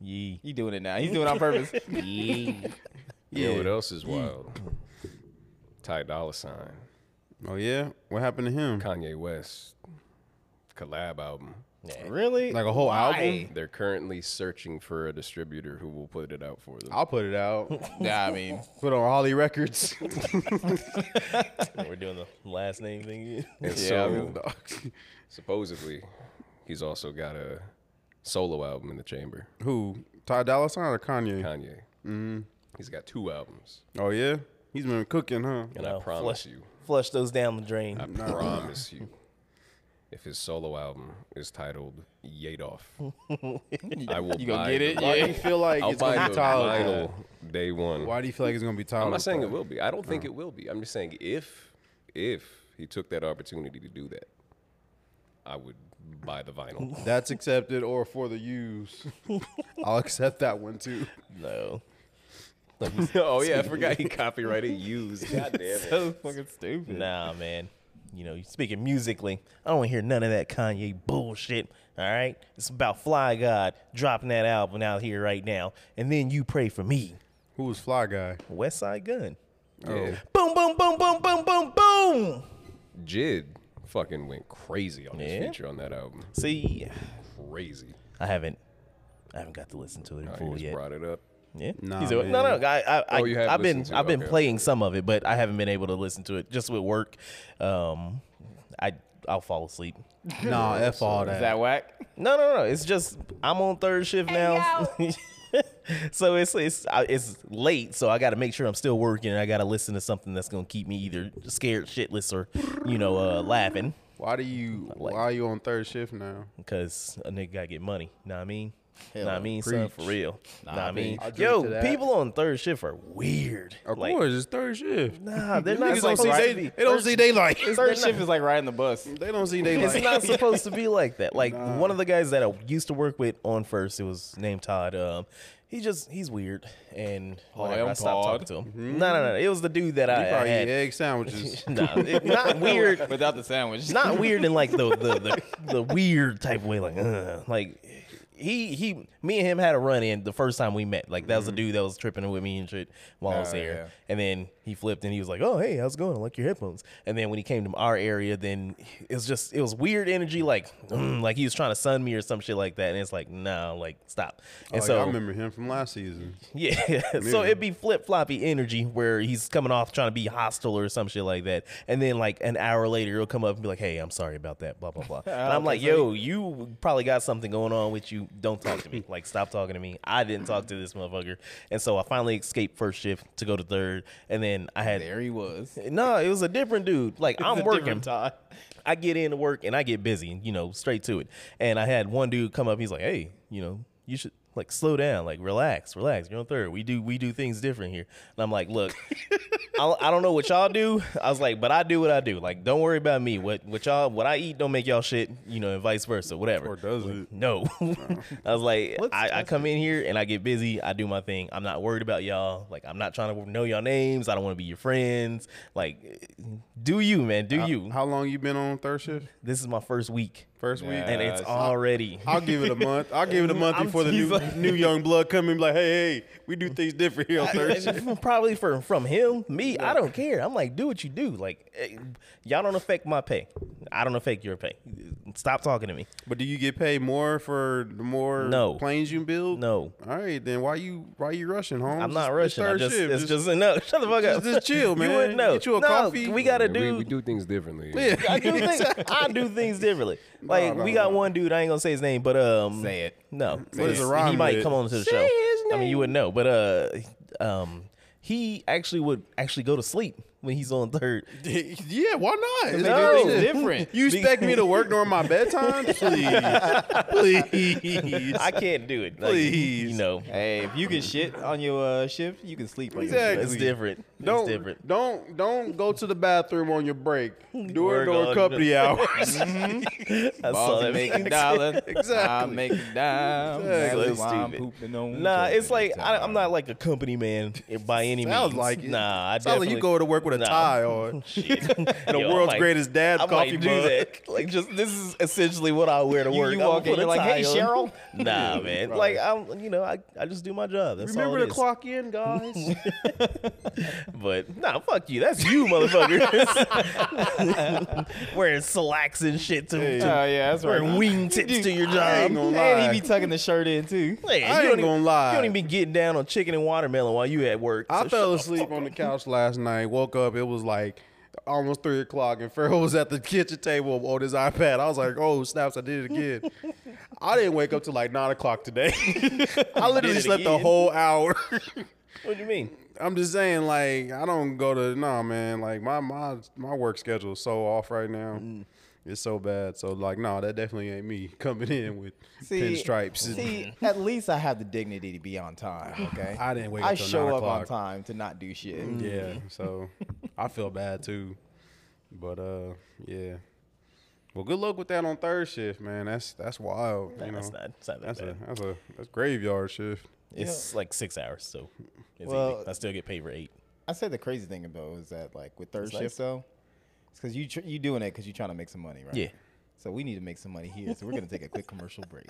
Yee. he doing it now. He's doing it on <laughs> purpose. You know what else is wild? Ty Dolla Sign, Oh yeah, what happened to him? Kanye West collab album. really? Like a whole album? They're currently searching for a distributor who will put it out for them. I'll put it <laughs> out. Nah, I mean, put on Holly Records. We're doing the last name thing. again. And so uh, supposedly, he's also got a solo album in the chamber. Who? Ty Dolla Sign or Kanye? Kanye. He's got two albums, Oh yeah, he's been cooking, huh? and No, I <laughs> promise flush- you, Flush those down the drain. I promise you, if his solo album is titled Yadoff. I will You buy gonna get it? the- Yeah. you feel like I'll it's buy gonna be the titled? vinyl day one. Why do you feel like it's gonna be titled? I'm not saying it will be. I don't think it will be. I'm just saying if if he took that opportunity to do that, I would buy <laughs> the vinyl. That's accepted or for the <laughs> use. I'll accept that one too. No. oh yeah, I forgot he copyrighted used. God damn it. So fucking stupid. Nah, man. You know, speaking musically, I don't want to hear none of that Kanye bullshit. All right, it's about Fly God dropping that album out here right now, and then you pray for me, Who was Fly Guy? West Side Gun. Yeah. Boom, boom, boom, boom, boom, boom, boom. Jid fucking went crazy on his Yeah. feature on that album. See, Crazy. I haven't, I haven't got to listen to it in How he full Oh, just yet. brought it up. Yeah, Nah, He's a- no, no, man. I, I, I Oh, you have I've been, listened to it, I've been okay. playing some of it, but I haven't been able to listen to it just with work. Um, I, I'll fall asleep. <laughs> Nah, f all that. Is that whack? No, no, no. It's just I'm on third shift now, <laughs> so it's it's I- it's late. So I got to make sure I'm still working, and I got to listen to something that's gonna keep me either scared shitless or you know uh, laughing why do you? like- why are you on third shift now? because a nigga gotta get money. Know what I mean? know what I mean? Son, preach. for real. Know what I mean? preach. I drink to Yo, that. people on third shift are weird. Of Like, course, it's third shift. <laughs> Nah, they're not Niggas don't supposed see day, to be. they don't see daylight. Third shift is like riding the bus. They don't see daylight. It's not supposed to be like that. Like one of the guys that I used to work with on first, it was named Todd. Um, he just he's weird, and whenever Oh, I'm I stopped Todd. Mm-hmm. talking to him. No, no, no. It was the dude that You I, I <laughs> probably eat had. egg sandwiches. <laughs> Nah, it- not weird. without the sandwich. Not weird in like the the, the, the weird type of way. Like uh, like he he me and him had a run in the first time we met. Like that was the dude that was tripping with me and shit while I was Mm-hmm. Oh, there. yeah. And then he flipped and he was like, "Oh, hey, how's it going? I like your headphones." And then when he came to our area, then it was just it was weird energy, like mm, like he was trying to sun me or some shit like that. And it's like, nah, like stop. Oh, And Like, so I remember him from last season. <laughs> yeah, so Yeah. it'd be flip floppy energy where he's coming off trying to be hostile or some shit like that, and then like an hour later he'll come up and be like, "Hey, I'm sorry about that," blah blah blah. And I'm like, "Yo, you probably got something going on with you. Don't talk to me. Like, stop talking to me. I didn't talk to this motherfucker." And so I finally escaped first shift to go to third, and then I had There he was. <laughs> no, it was a different dude. Like I'm working. Todd. I get into work and I get busy, you know, straight to it. And I had one dude come up, he's like, Hey, you know, you should like slow down, like relax, relax. You're on third. We do we do things different here. And I'm like, <laughs> look, I, I don't know what y'all do. I was like, but I do what I do. Like, don't worry about me. What what y'all what I eat don't make y'all shit, you know, and vice versa, whatever. Or does it? No. <laughs> I was like, I, I come in here and I get busy. I do my thing. I'm not worried about y'all. Like, I'm not trying to know y'all names. I don't want to be your friends. Like, do you, man. Do you. How long you been on third shift? This is my first week. First week. And it's Uh, so- already. I'll give it a month. I'll <laughs> give it a month I'm- before the he's new, like- new young blood come in. and be Like, hey, hey, we do things different <laughs> here on third <laughs> shift. Probably for, from him, me, I don't care. I'm like, do what you do. Like, eh, y'all don't affect my pay. I don't affect your pay. Stop talking to me. But do you get paid more for the more No. planes you build? No. All right, then why you why you rushing, home? I'm not rushing. I just, it's just, no. <laughs> Shut the fuck just- up. just chill, man. You wouldn't know. Get you a no, coffee. We got a Yeah, we, dude. we do things differently. I do things. I do things differently. Like no, we got no. one dude. I ain't gonna say his name, but um, Say it. No, What is it rhyme he might with? come on to the show. I mean, you wouldn't know, but uh, um, he actually would actually go to sleep when he's <laughs> on third. yeah, why not? It's do just- things <laughs> different. You expect me to work during my bedtime? Please, please. I can't do it. Like, Please. you know, Hey, if you can shit on your uh, shift, you can sleep. on your Exactly. it's different. Don't It's different. don't don't go to the bathroom on your <laughs> break. Do it We're during going company hours. I saw Balls are that. <laughs> making dollars. Exactly. I'm making dimes. Exactly. That's why I'm Stupid. pooping on. Nah, it's company like I, time. I'm not like a company man by any Sounds means. like it. Nah, I Sounds definitely like you go to work with a Nah. tie <laughs> on. Shit. The Yo, I world's might- greatest dad I coffee might do mug. that. Like, just this is essentially what I wear to You- work. you I'ma walk in, put a you're like, "Hey, tie on." Cheryl." <laughs> <laughs> Nah, man. Like, I'm, you know, I, I just do my job. That's <laughs> all Remember it to is. clock <laughs> in, guys. But nah, fuck you. That's you, motherfucker. <laughs> Wearing slacks and shit to, Oh to yeah, that's right. wearing wingtips to your I job. ain't gonna And lie. he be tucking the shirt in too. Man, I you ain't don't gonna even, lie. You don't even be getting down on chicken and watermelon while you at work. I So fell shut the asleep fuck on the up. couch last night. Woke up, it was like almost three o'clock, and Pharaoh <laughs> was at the kitchen table on his iPad. I was like, "Oh snaps, I did it <laughs> again." I didn't wake up till like nine o'clock today. I literally it slept the again. whole hour. What do you mean? I'm just saying, Mm. like, I don't go to no man. Like my my my work schedule is so off right now. It's so bad. So like, no, that definitely ain't me <laughs> coming in with pinstripes. See, at least I have the dignity to be on time. Okay, I didn't wake up I till show nine up on o'clock. Mm. time to not do shit. <laughs> yeah. Mm. So I feel bad too. But uh, yeah. Well, good luck with that on third shift, man. That's that's wild. you know, that's not, it's not that that's bad. a that's a that's graveyard shift. It's like six hours, so it's Well- easy. I still get paid <laughs> for eight. I said the crazy thing though is that like with third It's shift nice. though, it's because you tr- you doing it because you're trying to make some money, right? Yeah. So we need to make some money here. So we're gonna take a quick commercial break.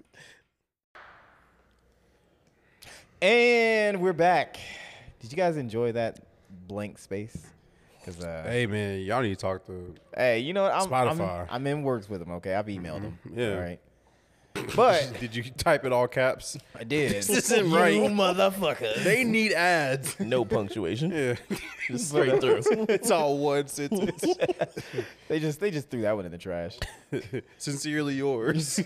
And we're back. Did you guys enjoy that blank space? 'Cause, uh, hey, Hey, man, y'all need to talk to. you know what? I'm, I'm- Spotify. Mm-hmm. I'm, in works with them. Okay, I've emailed them. Yeah. All right. But <laughs> Did you type it all caps? I did. <laughs> isn't right. <laughs> motherfucker. They need ads. <laughs> No punctuation. Yeah, <laughs> Just straight through. it's all one sentence. They just they just threw that one in the trash. Sincerely yours.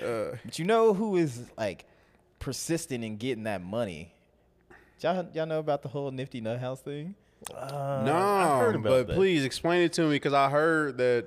But you know who is like persistent in getting that money? Y'all, y'all know about the whole Nifty Nut House thing? no, heard about but that. please explain it to me because I heard that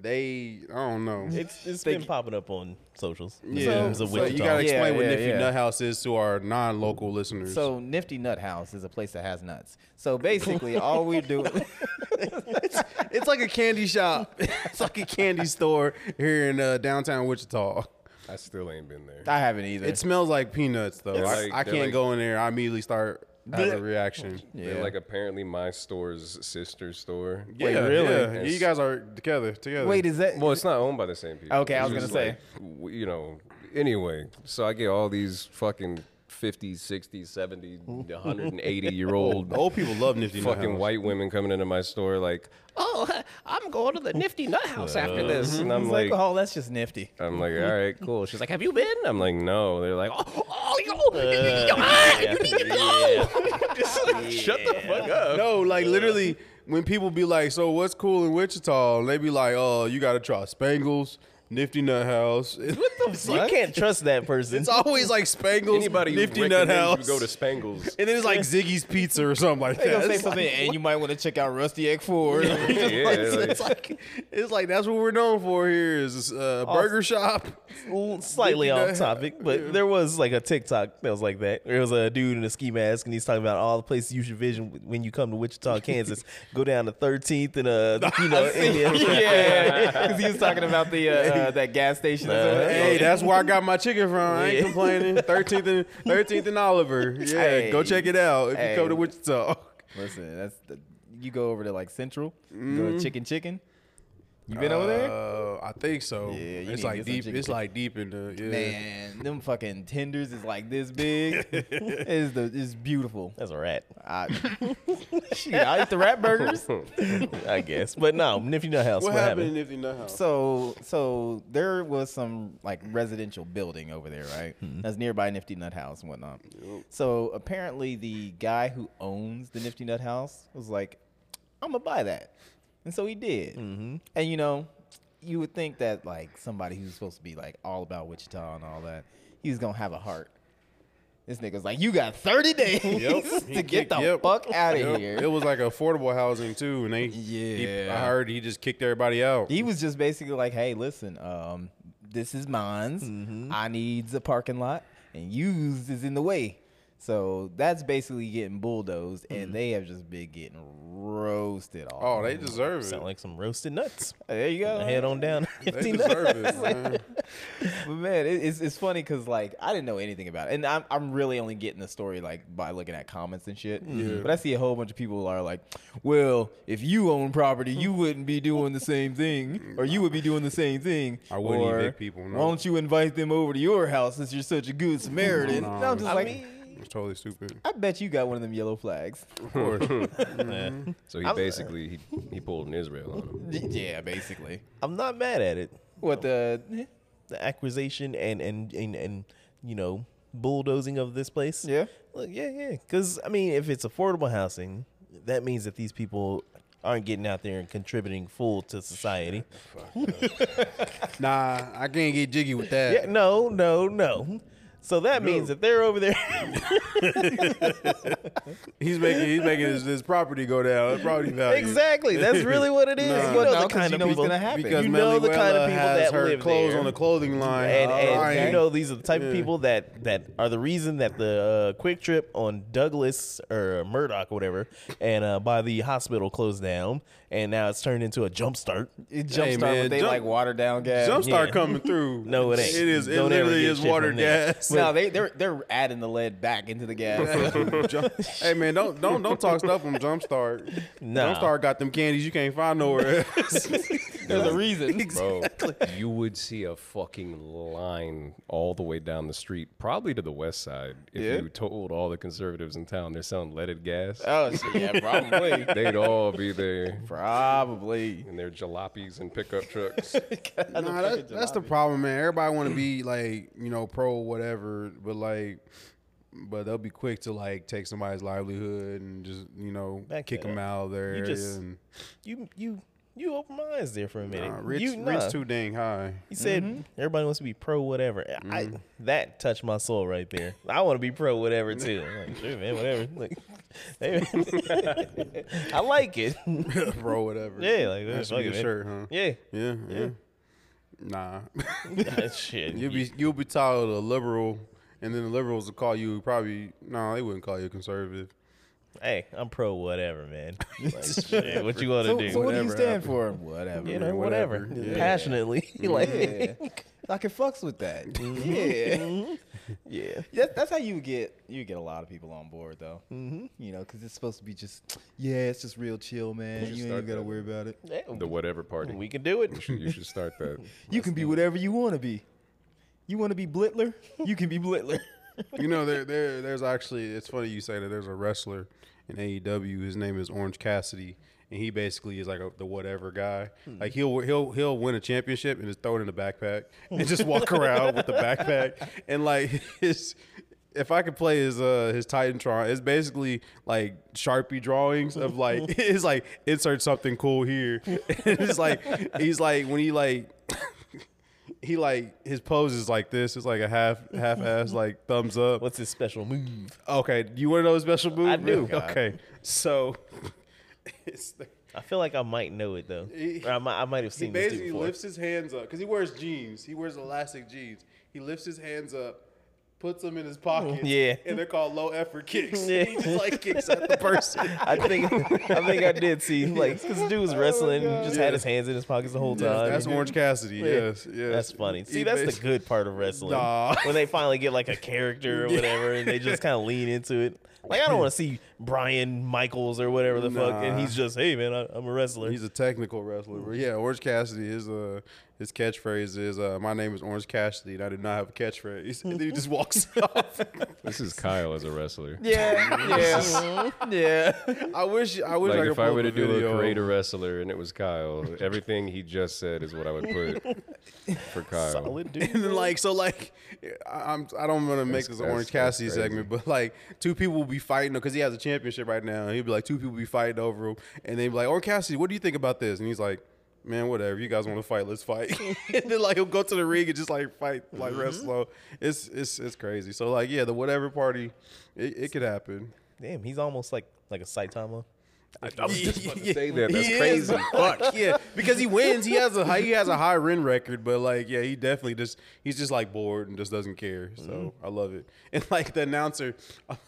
they. I don't know. It's it's They- been popping up on socials. Yeah, It's a so Wichita. you gotta Yeah, explain what yeah, Nifty yeah. Nut House is to our non-local listeners. So Nifty Nut House is a place that has nuts. So <laughs> basically, all we do. <laughs> it's like a candy shop. <laughs> it's like a candy store here in uh, downtown Wichita. I still ain't been there. I haven't either. It smells like peanuts though. I, like- I they're can't like- go in there. I immediately start having a reaction. They're like apparently my store's sister store. Yeah, really? yeah. Yeah, you guys are together. Together. Wait, is that? Well, it's not owned by the same people. Okay, I It's was just gonna say. like, w- you know, anyway, so I get all these fucking 50, <laughs> 60, 70, 180 year old old people love Nifty Nut fucking House. white women coming into my store like, oh, <laughs> I'm going to the Nifty Nut House after this. Uh-huh. And I'm It's like, like, oh, that's just nifty. <laughs> I'm like, all right, cool. She's like, have you been? I'm like, no. They're like, oh, <laughs> oh yo, Uh, <laughs> yeah. shut the fuck <laughs> up. No, like literally, when people be like, "So what's cool in Wichita?" and they be like, "Oh, you gotta try Spangles, Nifty Nut House." <laughs> What the You can't trust that person. It's always like Spangles, Anybody who Nifty Nut House. recommends you go to <laughs> Spangles. and then it's like Ziggy's Pizza or something like They that. gonna say It's like, something, and you might want to check out Rusty Egg Four. <laughs> yeah, like, it's like it's like that's what we're known for here is uh, <laughs> burger shop. L- slightly off topic, but there was like a TikTok that was like that. There was a dude in a ski mask, and he's talking about all the places you should visit when you come <laughs> to Wichita, Kansas. Go down to 13th and uh, you know, <laughs> Indian. yeah, because he was talking about the uh, uh, that gas station. or something. Hey, that's where I got my chicken from. I <laughs> ain't complaining. Thirteenth and Thirteenth and Oliver. Yeah, Hey. go check it out if Hey. you come to Wichita. Listen, that's the, you go over to like Central, go to Chicken Chicken. You been over there? Uh, I think so. you need it's to like get some deep. chicken It's tip. like deep in the yeah. Man, them fucking tenders is like this <laughs> big. is the is beautiful. That's a rat, <laughs> I, shit, I eat the rat burgers. I guess. But no, Nifty Nut House. What, What, happened in happened? Nifty Nut House? So so there was some like residential building over there, right? That's nearby Nifty Nut House and whatnot. So apparently the guy who owns the Nifty Nut House was like, "I'm gonna buy that," and so he did. And you know, you would think that like somebody who's supposed to be like all about Wichita and all that, he's gonna have a heart. This nigga's like, "You got 30 days <laughs> to get the yep. fuck out of Yep. here." It was like affordable housing too, and they he- Yeah. I heard he just kicked everybody out. He was just basically like, "Hey, listen, um, this is mine's. I needs a parking lot, and used is in the way." So that's basically getting bulldozed, and they have just been getting roasted all. Oh, they deserve it. Sound like some roasted nuts. Oh, there you go. Head on down. They <laughs> Nifty Nut. deserve it. man. But man, it, it's it's funny because like I didn't know anything about it, and I'm I'm really only getting the story like by looking at comments and shit. But I see a whole bunch of people are like, "Well, if you own property, you wouldn't be doing the same thing, or you would be doing the same thing." I wouldn't or, evict people, no. Why don't you invite them over to your house since you're such a good Samaritan? No. And I'm just like, It's totally stupid. I bet you got one of them yellow flags. Of course. So he basically he, he pulled an Israel on him. yeah, basically. I'm not mad at it. What the? The acquisition and and and and you know bulldozing of this place. Yeah. Look, yeah, yeah. Because I mean, if it's affordable housing, that means that these people aren't getting out there and contributing full to society. nah, I can't get jiggy with that. Yeah, no, no, no. So that means that they're over there. He's making he's making his, his property go down. <laughs> His <laughs> property value. <laughs> exactly. That's <laughs> really what it is. Nah. You know No, 'cause the kind you of know it's people. gonna happen. Because you know the kind Manuela of people has that her live clothes there. on the clothing line. and, and you Lying. know these are the type of people that that are the reason that the uh, quick trip on Douglas or Murdoch or whatever and uh, by the hospital closed down and now it's turned into a jump start. It Hey, jumpstart man, what they jump- like watered down gas. Jumpstart Yeah. coming through. No, it ain't. It is. It Don't ever literally get is shit water from there. <laughs> gas. no, they they're they're adding the lead back into the gas. Jump- hey man, don't don't don't talk stuff on Jumpstart. Nah. Jumpstart got them candies you can't find nowhere else. There's a <laughs> reason. Bro, you would see a fucking line all the way down the street, probably to the west side, if Yeah. you told all the conservatives in town they're selling leaded gas. Oh shit, <laughs> yeah, probably, They'd all be there probably. in their jalopies and pickup trucks. Nah, that- that's the problem, man. Everybody want to be like, you know, pro whatever, but like, but they'll be quick to like take somebody's livelihood and just you know Back kick that them up. out of their You area. just- and, You you you open my eyes there for a minute. nah, Rich, you, nah. Rich too dang high. <laughs> You said everybody wants to be pro whatever. I Mm-hmm. that touched my soul right there. I want to be pro whatever too. I'm like, sure, man, whatever. <laughs> Like, they- <laughs> I like it. pro whatever. Yeah, like, that should fuck be a it, man. shirt, huh? yeah. <laughs> yeah, yeah. Nah, <laughs> Shit. you'll be you'll be titled a liberal, and then the liberals will call you probably no, they wouldn't call you a conservative. Hey, I'm pro <laughs> whatever, man. Like, shit, what you want to So, do? so what do you Whatever stand for? Whatever. <laughs> you know, Yeah, whatever. whatever. Just Yeah. Passionately, <laughs> like, Yeah. I can fucks with that. Yeah. yeah. That, that's how you get you get a lot of people on board though. Mm-hmm. You know, because it's supposed to be just yeah, it's just real chill, man. should You start ain't gotta that. worry about it. Yeah, The whatever party. we can do it. You should- you should start that. You can be whatever you want to be. You want to be Blittler? You can be Blittler. you know, there, there, there's actually. It's funny you say that. There's a wrestler in AEW. His name is Orange Cassidy, and he basically is like a, the whatever guy. Like he'll he'll he'll win a championship and just throw it in the backpack and just walk around with the backpack and like <laughs> his. If I could play his uh his Titantron, it's basically like Sharpie drawings of like <laughs> it's like insert something cool here. <laughs> it's like he's like when he like he like his pose is like this. It's like a half half ass like thumbs up. What's his special move? Okay, you want to know his special move? I do. Okay, so <laughs> it's the, I feel like I might know it though. He- Or I might, I might have he seen this dude basically before. lifts his hands up because he wears jeans. He wears elastic jeans. He lifts his hands up, puts them in his pocket. Yeah. and they're called low effort <laughs> kicks. Yeah. he just like kicks at the person. <laughs> Oh, I think I think I did <laughs> see like this dude was wrestling, just had his hands in his pockets the whole time. that's Orange Cassidy. Yes, yes. <laughs> That's funny. See, He that's the basi- good part of wrestling. Nah. When they finally get like <laughs> a character or whatever, and they just kind of lean into it. Like I don't want to see Brian Michaels or whatever the fuck, and Nah. he's just, hey man, I, I'm a wrestler. He's a technical wrestler. But yeah, Orange Cassidy is uh his catchphrase is uh my name is Orange Cassidy and I do not have a catchphrase. <laughs> And then he just walks off. This is Kyle as a wrestler. Yeah, yeah, yeah. I wish I wish Like I could if I pull were up to a do video. a creator wrestler and it was Kyle, everything he just said is what I would put for Kyle. Solid dude. <laughs> And then like so like I- I'm I don't want to make That's- this an that's- Orange Cassidy that's crazy. segment, but like two people will be fighting because he has a championship right now. And he'd be like two people be fighting over him, and they'd be like Orange Cassidy, what do you think about this? And he's like. Man, whatever. You guys want to fight? Let's fight. <laughs> and then like he'll go to the ring and just like fight, like Mm-hmm. wrestle. It's it's it's crazy. So like yeah, the whatever party, it, it could happen. <laughs> Damn, he's almost like like a Saitama. I was just about to say that. He That's is, <laughs> crazy. Fuck yeah, because he wins. He has a high, he has a high win record, but like yeah, he definitely just he's just like bored and just doesn't care. So Mm-hmm. I love it. <laughs> And like the announcer, <laughs>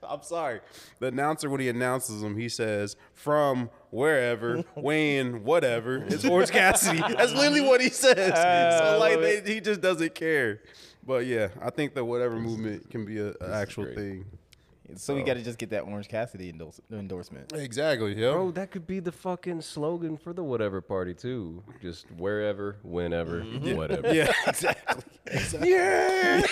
I'm sorry, the announcer when he announces him, he says from <laughs> wherever, when, whatever. It's Orange Cassidy. <laughs> That's literally what he says. so like they, he just doesn't care. But yeah, I think that whatever movement can be a, a actual great. thing. So we got to just get that Orange Cassidy endorse- endorsement. Exactly. Yeah. Bro, Oh, that could be the fucking slogan for the whatever party too. Just wherever, whenever, whatever. Yeah, <laughs> exactly. exactly. Yeah.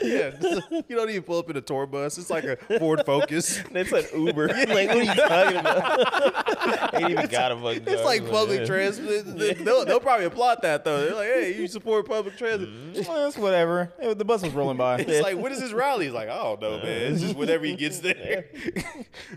yeah. <laughs> just- You don't even pull up in a tour bus. It's like a Ford Focus. <laughs> That's an <laughs> Uber. like what are you talking about? <laughs> ain't even got a fucking. It's car. like public Yeah. transit. They'll, they'll probably applaud that though. They're like, "Hey, you support public transit." Well, that's whatever. Eh, The bus was rolling by. <laughs> It's like, "What is this rally?" He's like, "Oh, out though, man. It's just whenever he gets there.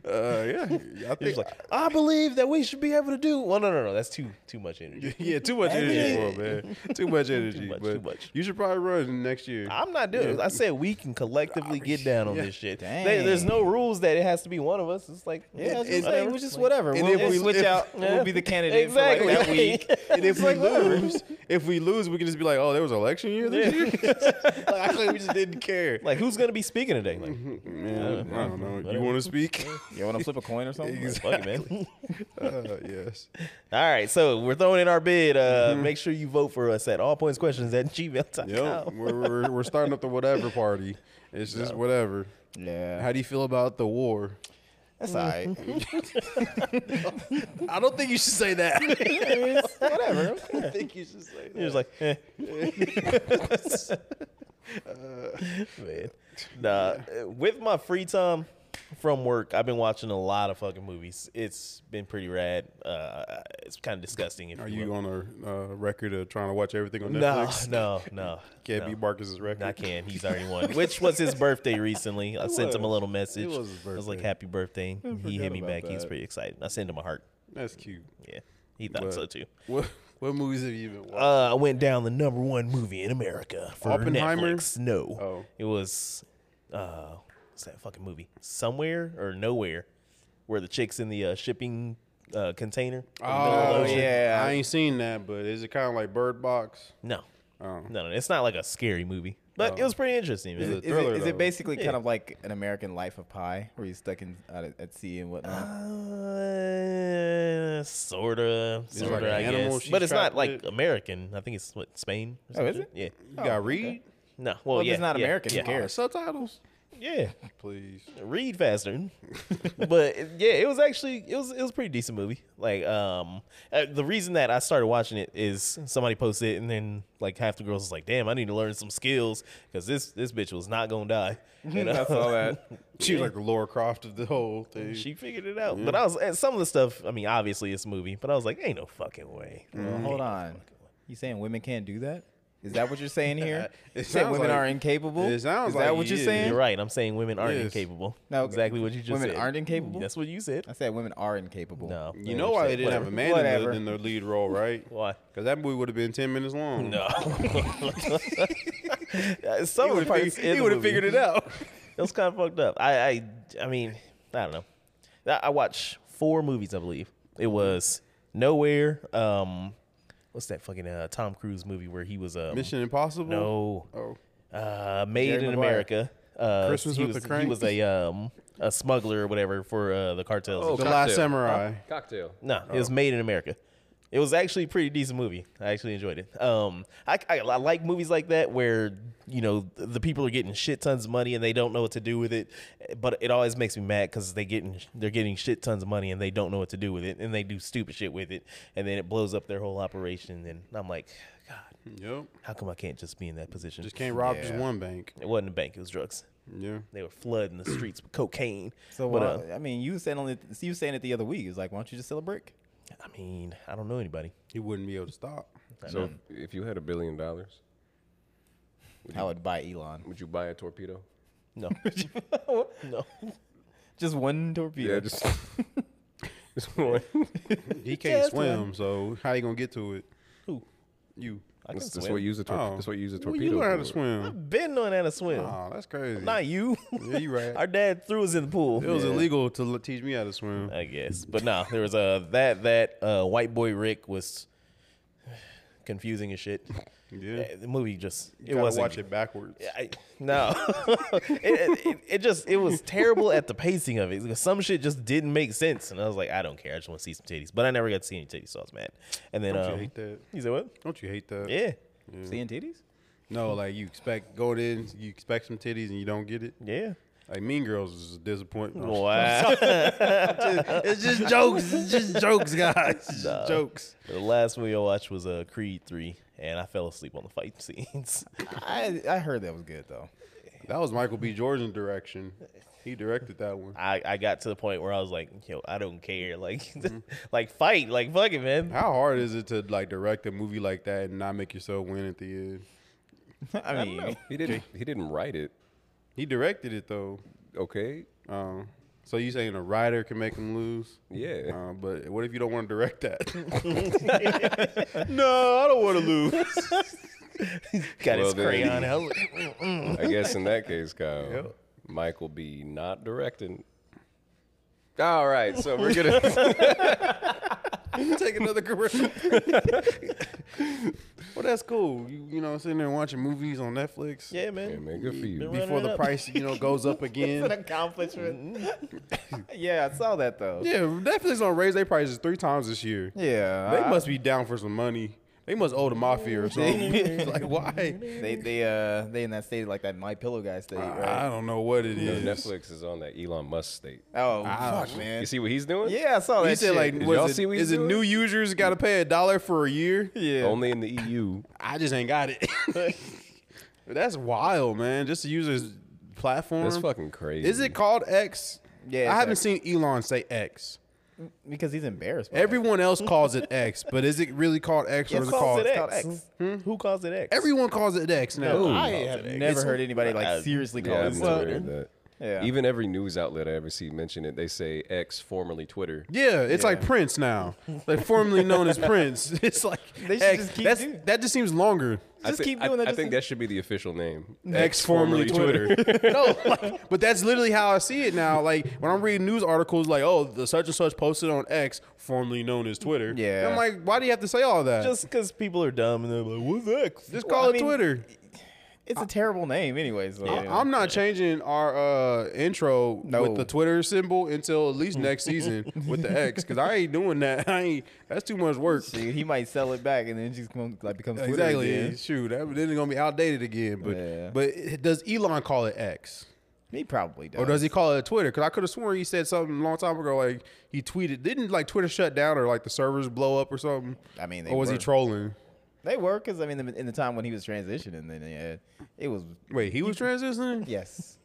uh, yeah, I think <laughs> He's like, I believe that we should be able to do. Well, no, no, no. That's too too much energy. yeah, too much energy for him, man. Too much energy. much, but too much. You should probably run next year. I'm not doing it. I said we can collectively get down on this shit. Dang. There- there's no rules that it has to be one of us. It's like Yeah, yeah, it's just, it's like, whatever. we'll just whatever. And We'll, if we'll we- switch if- out. Yeah. We'll <laughs> be the candidate for like that Exactly. <laughs> week. and if we lose, if we lose, we can just be like, oh, there was election year this year. <laughs> like, I claim we just didn't <laughs> care. <laughs> like who's gonna be speaking today? Like, Man, I don't know. You want to speak? You want to flip a coin or something? fuck it, man. <laughs> uh, yes. <laughs> All right, so we're throwing in our bid. Uh, Mm-hmm. Make sure you vote for us at allpointsquestions at gmail.com. Yep. we're, we're, we're starting up the whatever party. It's just whatever. Yeah, How do you feel about the war? that's all <laughs> right. I don't think you should say that. <laughs> whatever. I think you should say He was like, eh. <laughs> man. Nah, uh, with my free time from work, I've been watching a lot of fucking movies. It's been pretty rad. Uh, it's kind of disgusting. If Are you you will. on a uh, record of trying to watch everything on No, Netflix? <laughs> no, no. Can't no. be Marcus's record. I can. He's already won. Which was his birthday recently. I sent him a little message. It was his I was like, birthday. "Happy birthday!" He hit forgot me about back. He was that. pretty excited. I sent him a heart. That's cute. Yeah, he thought But- so too. What what movies have you been watching? Uh, I went down the number one movie in America for Oppenheimer? Netflix. No, Oh. it was uh, what's that fucking movie? Somewhere or nowhere, where the chicks in the uh, shipping uh, container. in the middle of the Oh, ocean. yeah. I ain't seen that, but is it kind of like Bird Box? No, Oh. no, no, it's not like a scary movie, but it was pretty interesting. Man. Is it- Is Thriller, it, is though. it basically Yeah. kind of like an American Life of Pi, where you're stuck in out at, at sea and whatnot? Uh, sorta, sorta, like an I animal guess. she But it's trapped not like with? American. I think it's what Spain. or Oh, is something? Yeah. You got Reed? No. Well, if yeah, it's not yeah, American, who Yeah. <laughs> cares? Subtitles? Yeah. Please. read faster. <laughs> but yeah, it was actually it was it was a pretty decent movie. Like um uh, the reason that I started watching it is somebody posted it and then like half the girls was like, "Damn, I need to learn some skills cuz this this bitch was not going to <laughs> die." <laughs> And, I uh, saw that. She was like the Laura Croft of the whole thing. <laughs> She figured it out. But I was and some of the stuff, I mean, obviously it's a movie, but I was like, "Ain't no fucking way." Mm-hmm. Well, hold on. You saying women can't do that? Is that what you're saying here? It you saying sounds women like- are incapable? it sounds Is that like what you're you- saying? You're right. I'm saying women aren't Yes. incapable. No, okay. exactly what you just Women said. aren't incapable? That's what you said. I said women are incapable. No. You know why they didn't have a man in Whatever. the, in the lead role, right? <laughs> Why? Because that movie would have been 10 minutes long. No. Some of the would've parts fig- in he the would've movie, figured it out. <laughs> It was kind of fucked up. I, I, I mean, I don't know. I, I watched four movies, I believe. It was Nowhere. Um, what's that fucking uh, Tom Cruise movie where he was a um, Mission Impossible? No. Oh. Uh, Made Jerry in Maguire. America. Uh, Christmas he with was, the He was a um a smuggler or whatever for uh, the cartels. Oh, The Last Cocktail. Samurai. Cocktail. No, it Oh. was made in America. It was actually a pretty decent movie. I actually enjoyed it. Um, I, I, I like movies like that where you know th- the people are getting shit tons of money and they don't know what to do with it. But it always makes me mad because they getting they're getting shit tons of money and they don't know what to do with it and they do stupid shit with it and then it blows up their whole operation and I'm like, God, Yep. how come I can't just be in that position? Just can't rob just one bank. It wasn't a bank. It was drugs. Yeah. They were flooding the streets with cocaine. So But, why- uh, I mean, you said only you saying it the other week. It was like, why don't you just sell a brick? I mean, I don't know anybody. He wouldn't be able to stop. So if, if you had a billion dollars, I would buy Elon. would you buy a torpedo? <laughs> No, no. Just one torpedo. just, <laughs> just one. He can't that's swim, so how you gonna get to it? Who? You. I can That's, that's swim. what you use a torpedo. Oh. That's what you use a Well, torpedo. you learn how for. to swim. Been knowing how to swim. Oh, that's crazy. Not you. Yeah, you right. <laughs> Our dad threw us in the pool. It was illegal to l- teach me how to swim. I guess. But no, there was uh, that that uh, white boy Rick was <sighs> confusing as shit. Yeah. Uh, The movie just it Gotta wasn't. watch it backwards. I, no, <laughs> it, it, it- it just it was terrible at the pacing of it. Some shit just didn't make sense, and I was like, I don't care. I just want to see some titties, but I never got to see any titties, so I was mad. And then Don't you um, hate that? you said what? Don't you hate that? Yeah, Seeing titties? No, like you expect go in, you expect some titties and you don't get it. yeah. Like Mean Girls is a disappointment. Wow. <laughs> It's just jokes. It's just jokes, guys. It's just Jokes. The last movie I watched was uh, Creed 3, and I fell asleep on the fight <laughs> scenes. I I heard that was good though. That was Michael B. Jordan's direction. He directed that one. I, I got to the point where I was like, yo, I don't care. Like, Mm-hmm. <laughs> like fight. Like, fuck it, man. How hard is it to like direct a movie like that and not make yourself win at the end? I mean, <laughs> He didn't. He didn't write it. He directed it though. Okay. Um, so you saying a writer can make him lose? Yeah. Uh, but what if you don't want to direct that? <laughs> no, I don't want to lose. Got his Well, then- crayon out. Oh. I guess in that <laughs> case, Kyle, Mike will be not directing. All right, so we're gonna <laughs> Take another commercial. <laughs> well, that's cool. You, you know, sitting there watching movies on Netflix. <laughs> Yeah, man. yeah, man, good for you. right. Before Running the up. price, you know, goes <laughs> up again. Mm-hmm. accomplishment. yeah, I saw that though. yeah, Netflix gonna raise their prices three times this year. Yeah, They Uh, I- must be down for some money. They must owe the mafia <laughs> or <laughs> something. like why? Ah, They they uh they in that state like that My Pillow guy state, I right? don't know what it You is. know, Netflix is on that Elon Musk state. oh Ah, fuck, man. You see what he's doing? Yeah, I saw that. You said shit. like, Did y'all was see it, what is he's it doing? new users got to pay a dollar for a year? Oh. yeah. Only in the E EU. I just ain't got <laughs> it. That's wild, man. Just to use his platform. That's fucking crazy. Uh, Is it called X? Yeah, it's I haven't X. seen Elon say X. because he's embarrassed. by Everyone else calls it X, but is it really called X or Who is it calls called? it X? called X. Who calls it X? Everyone calls it X now. No. that. I have never heard anybody like seriously call Yeah, it. I've Well, never heard that. Yeah. Even every news outlet I ever see mention it, they say X, formerly Twitter. Yeah, it's like Prince now, like formerly known as Prince. It's like They should X. just keep That's- doing- that just seems longer. I Just thi- keep I- doing that, I, just think keep- that should be the official name. X formerly <laughs> no, like, but that's literally how I see it now. Like when I'm reading news articles, like oh, the such and such posted on X, formerly known as Twitter. Yeah. I'm like, why do you have to say all that? Just, Just because people are dumb and they're like, what's X? just call Well, I it mean, Twitter. It's a terrible name, anyways. So, I- I'm not changing our uh, intro with the Twitter symbol until at least next season with the X, because I ain't doing that. <laughs> I ain't. That's too much work. Dude, he might sell it back and then just come, like becomes Twitter Exactly. again. Shoot, that, then it's gonna be outdated again. But Yeah. but it- does Elon call it X? He probably does. Or does he call it Twitter? Because I could have sworn he said something a long time ago, like he tweeted, didn't like Twitter shut down or like the servers blow up or something? I mean, they or was he were. trolling? They were because I mean, in the- in the time when he was transitioning, then yeah, it was Wait, he was transitioning. yes.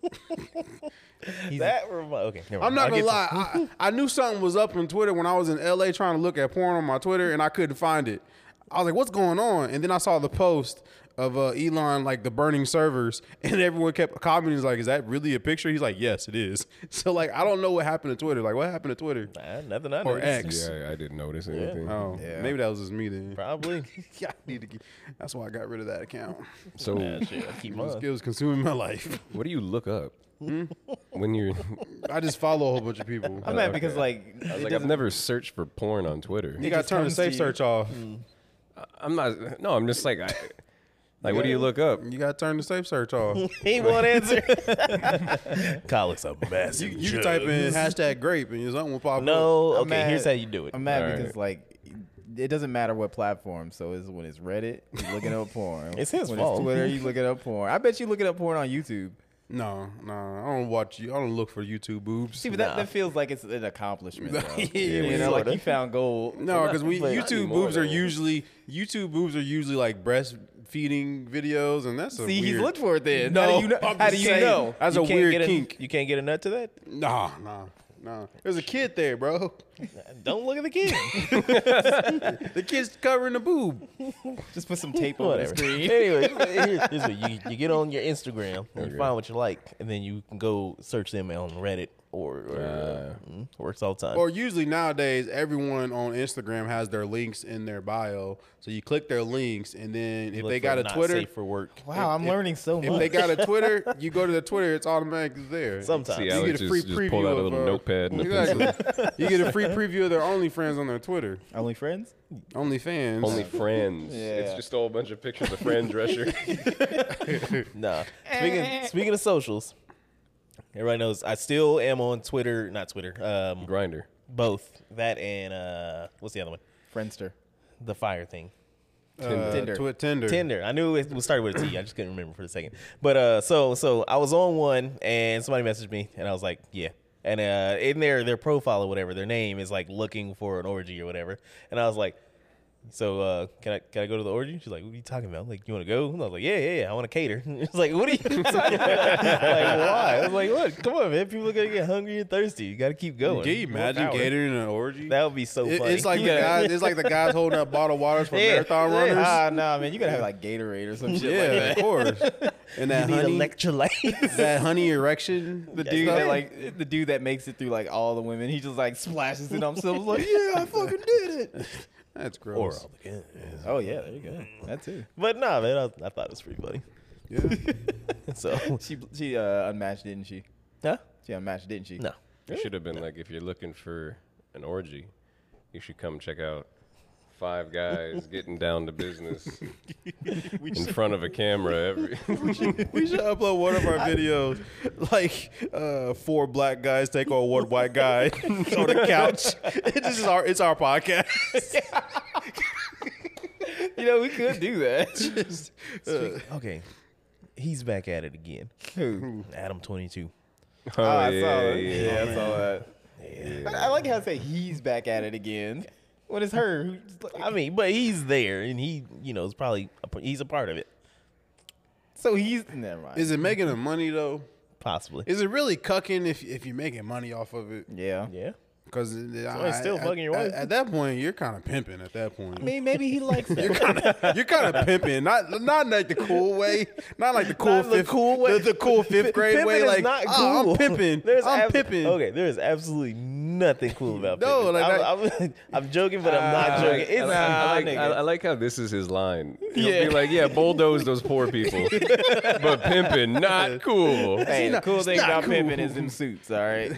That remi- okay. never I'm mind. not I'll gonna get lie, I, I knew something was up on Twitter when I was in LA trying to look at porn on my Twitter and I couldn't find it. I was like, "What's going on?" And then I saw the post of uh, Elon like the burning servers, <laughs> and everyone kept commenting like, "Is that really a picture?" He's like, "Yes, it is." <laughs> So like, I don't know what happened to Twitter. Like, what happened to Twitter? to- <laughs> Nah, nothing I know. Or X. Yeah, I, I didn't notice anything. Oh, Yeah. maybe that was just me then. <laughs> Probably. Yeah, I need to get. That's why I got rid of that account. So, Nah, shit, I keep It was, mine. it was consuming my <laughs> life. what do you look up Hmm? <laughs> when you're? <laughs> I just follow a whole bunch of people. I'm mad because <laughs> like, I was it like, I've doesn't- never searched for porn on Twitter. You got to turn the safe search off. I'm not. No, I'm just like, I, like, what do you look up? You got to turn the safe search off. <laughs> He won't answer. <laughs> Kyle looks a mess. You, you can type in hashtag grape and something will pop up. No. I'm Okay. mad- Here's how you do it. I'm mad All because like it doesn't matter what platform. So it's when it's Reddit, you looking up porn. It's his when fault. It's Twitter, you looking up porn. I bet you looking up porn on YouTube. No, no, I don't watch you. I don't look for YouTube boobs. See, but that, that feels like it's an <laughs> accomplishment. Though. Yeah, you know, like you found gold. <laughs> uh, No, because <laughs> we But- YouTube Anymore, boobs are though. usually YouTube boobs are usually like breastfeeding videos, and that's a See, he's weird- looked for it then. No, how do you know? I'm How do just you saying. know? That's You a can't weird get kink. You can't get a nut to that. Nah, nah, nah. There's a kid there, bro. <laughs> Don't look at the <laughs> kid. The kid's covering the boob. Just put some tape on the Whatever. screen. <laughs> anyway, here's, here's what you, you get on your Instagram and you find what you like, and then you can go search them on Reddit or, or mm, works all the time. Or usually nowadays, everyone on Instagram has their links in their bio, so you click their links, and then if Look they for got a not Twitter, safe for work. Wow, I'm learning so if they much. <laughs> got a Twitter, you go to the Twitter, it's automatically there. <laughs> Sometimes See, You Alex get a just, free just preview pulled out a of, little uh, notepad and a pencil. Exactly. <laughs> you get a free preview of their OnlyFriends on their Twitter. Only friends? OnlyFans. Only friends. It's just all a bunch of pictures <laughs> of friend dresser. Nah. <laughs> Speaking speaking of socials, everybody knows I still am on Twitter, not Twitter. Um, Grinder. both that and uh, what's the other one? Friendster. The fire thing. uh, Tinder. Twi- Tinder. Tinder. I knew it was started with a T. I just couldn't remember for a second. But uh, so so I was on one and somebody messaged me and I was like, yeah. And uh, in their their profile or whatever, their name is like looking for an orgy or whatever. And I was like, so uh, can I can I go to the orgy? She's like, what are you talking about? Like, you want to go? And I was like, yeah, yeah, yeah. I want to cater. <laughs> It's like, what are you talking about? like, why? I was like, look, come on, man. People are gonna get hungry and thirsty. You got to keep going. Can you More imagine power. catering an orgy? That would be so It- funny. it's like the Yeah. guys. It's like the guys holding up bottled waters for <laughs> Yeah. <laughs> Ah, marathon runners. <laughs> Ah, nah, man, you gotta have like Gatorade or some shit Yeah, like that. <laughs> of course. And You that need honey, <laughs> electrolytes. that honey erection. <laughs> The dude that like the dude that makes it through like all the women, he just like splashes it on himself. like, yeah, I fucking did it. That's gross. Oh yeah, there you go. That too. but nah, man, I, I thought it was pretty funny. Yeah. <laughs> So, She she uh, unmatched, didn't she? huh? She unmatched, didn't she? No. It should have been like if you're looking for an orgy, you should come check out five guys getting down to business in front of a camera every <laughs> Oh, Oh, We should upload one of our videos, <laughs> like uh, four black guys take <laughs> on one white guy on the couch. It's just our it's our podcast. <laughs> You know we could do that. Okay. He's back at it again. Who? Adam 22. <laughs> Oh, Ah, I saw yeah, that. yeah. Yeah, I saw that. But I like how I say he's back at it again. When it's her, who's like- I mean, but he's there and he, you know, is probably, a p he's a part of it. so he's never mind. Is it making them money though? Possibly. Is it really cucking if if you're making money off of it? yeah. yeah. Because it's still fucking your wife. At, that point, you're kind of pimping. At that point, <laughs> I mean, maybe he likes that. you're kind of pimping. Not not in like the cool way. Not like the cool Not the fifth cool way. The, the <laughs> cool fifth grade Pimping way. is Like not "Oh, cool. I'm pimping. <laughs> <laughs> There's I'm abs- pimping. Okay, there is absolutely nothing cool about No, pimping. like I'm, I'm, I'm joking, but I'm not I joking. like, I, It's, uh, like, I, Ah, like, nigga. I- I like how this is his line. He'll Yeah. be like, "Yeah, bulldoze those poor <laughs> people, but pimping not cool." hey, the cool thing not about cool. pimping is them suits. All right.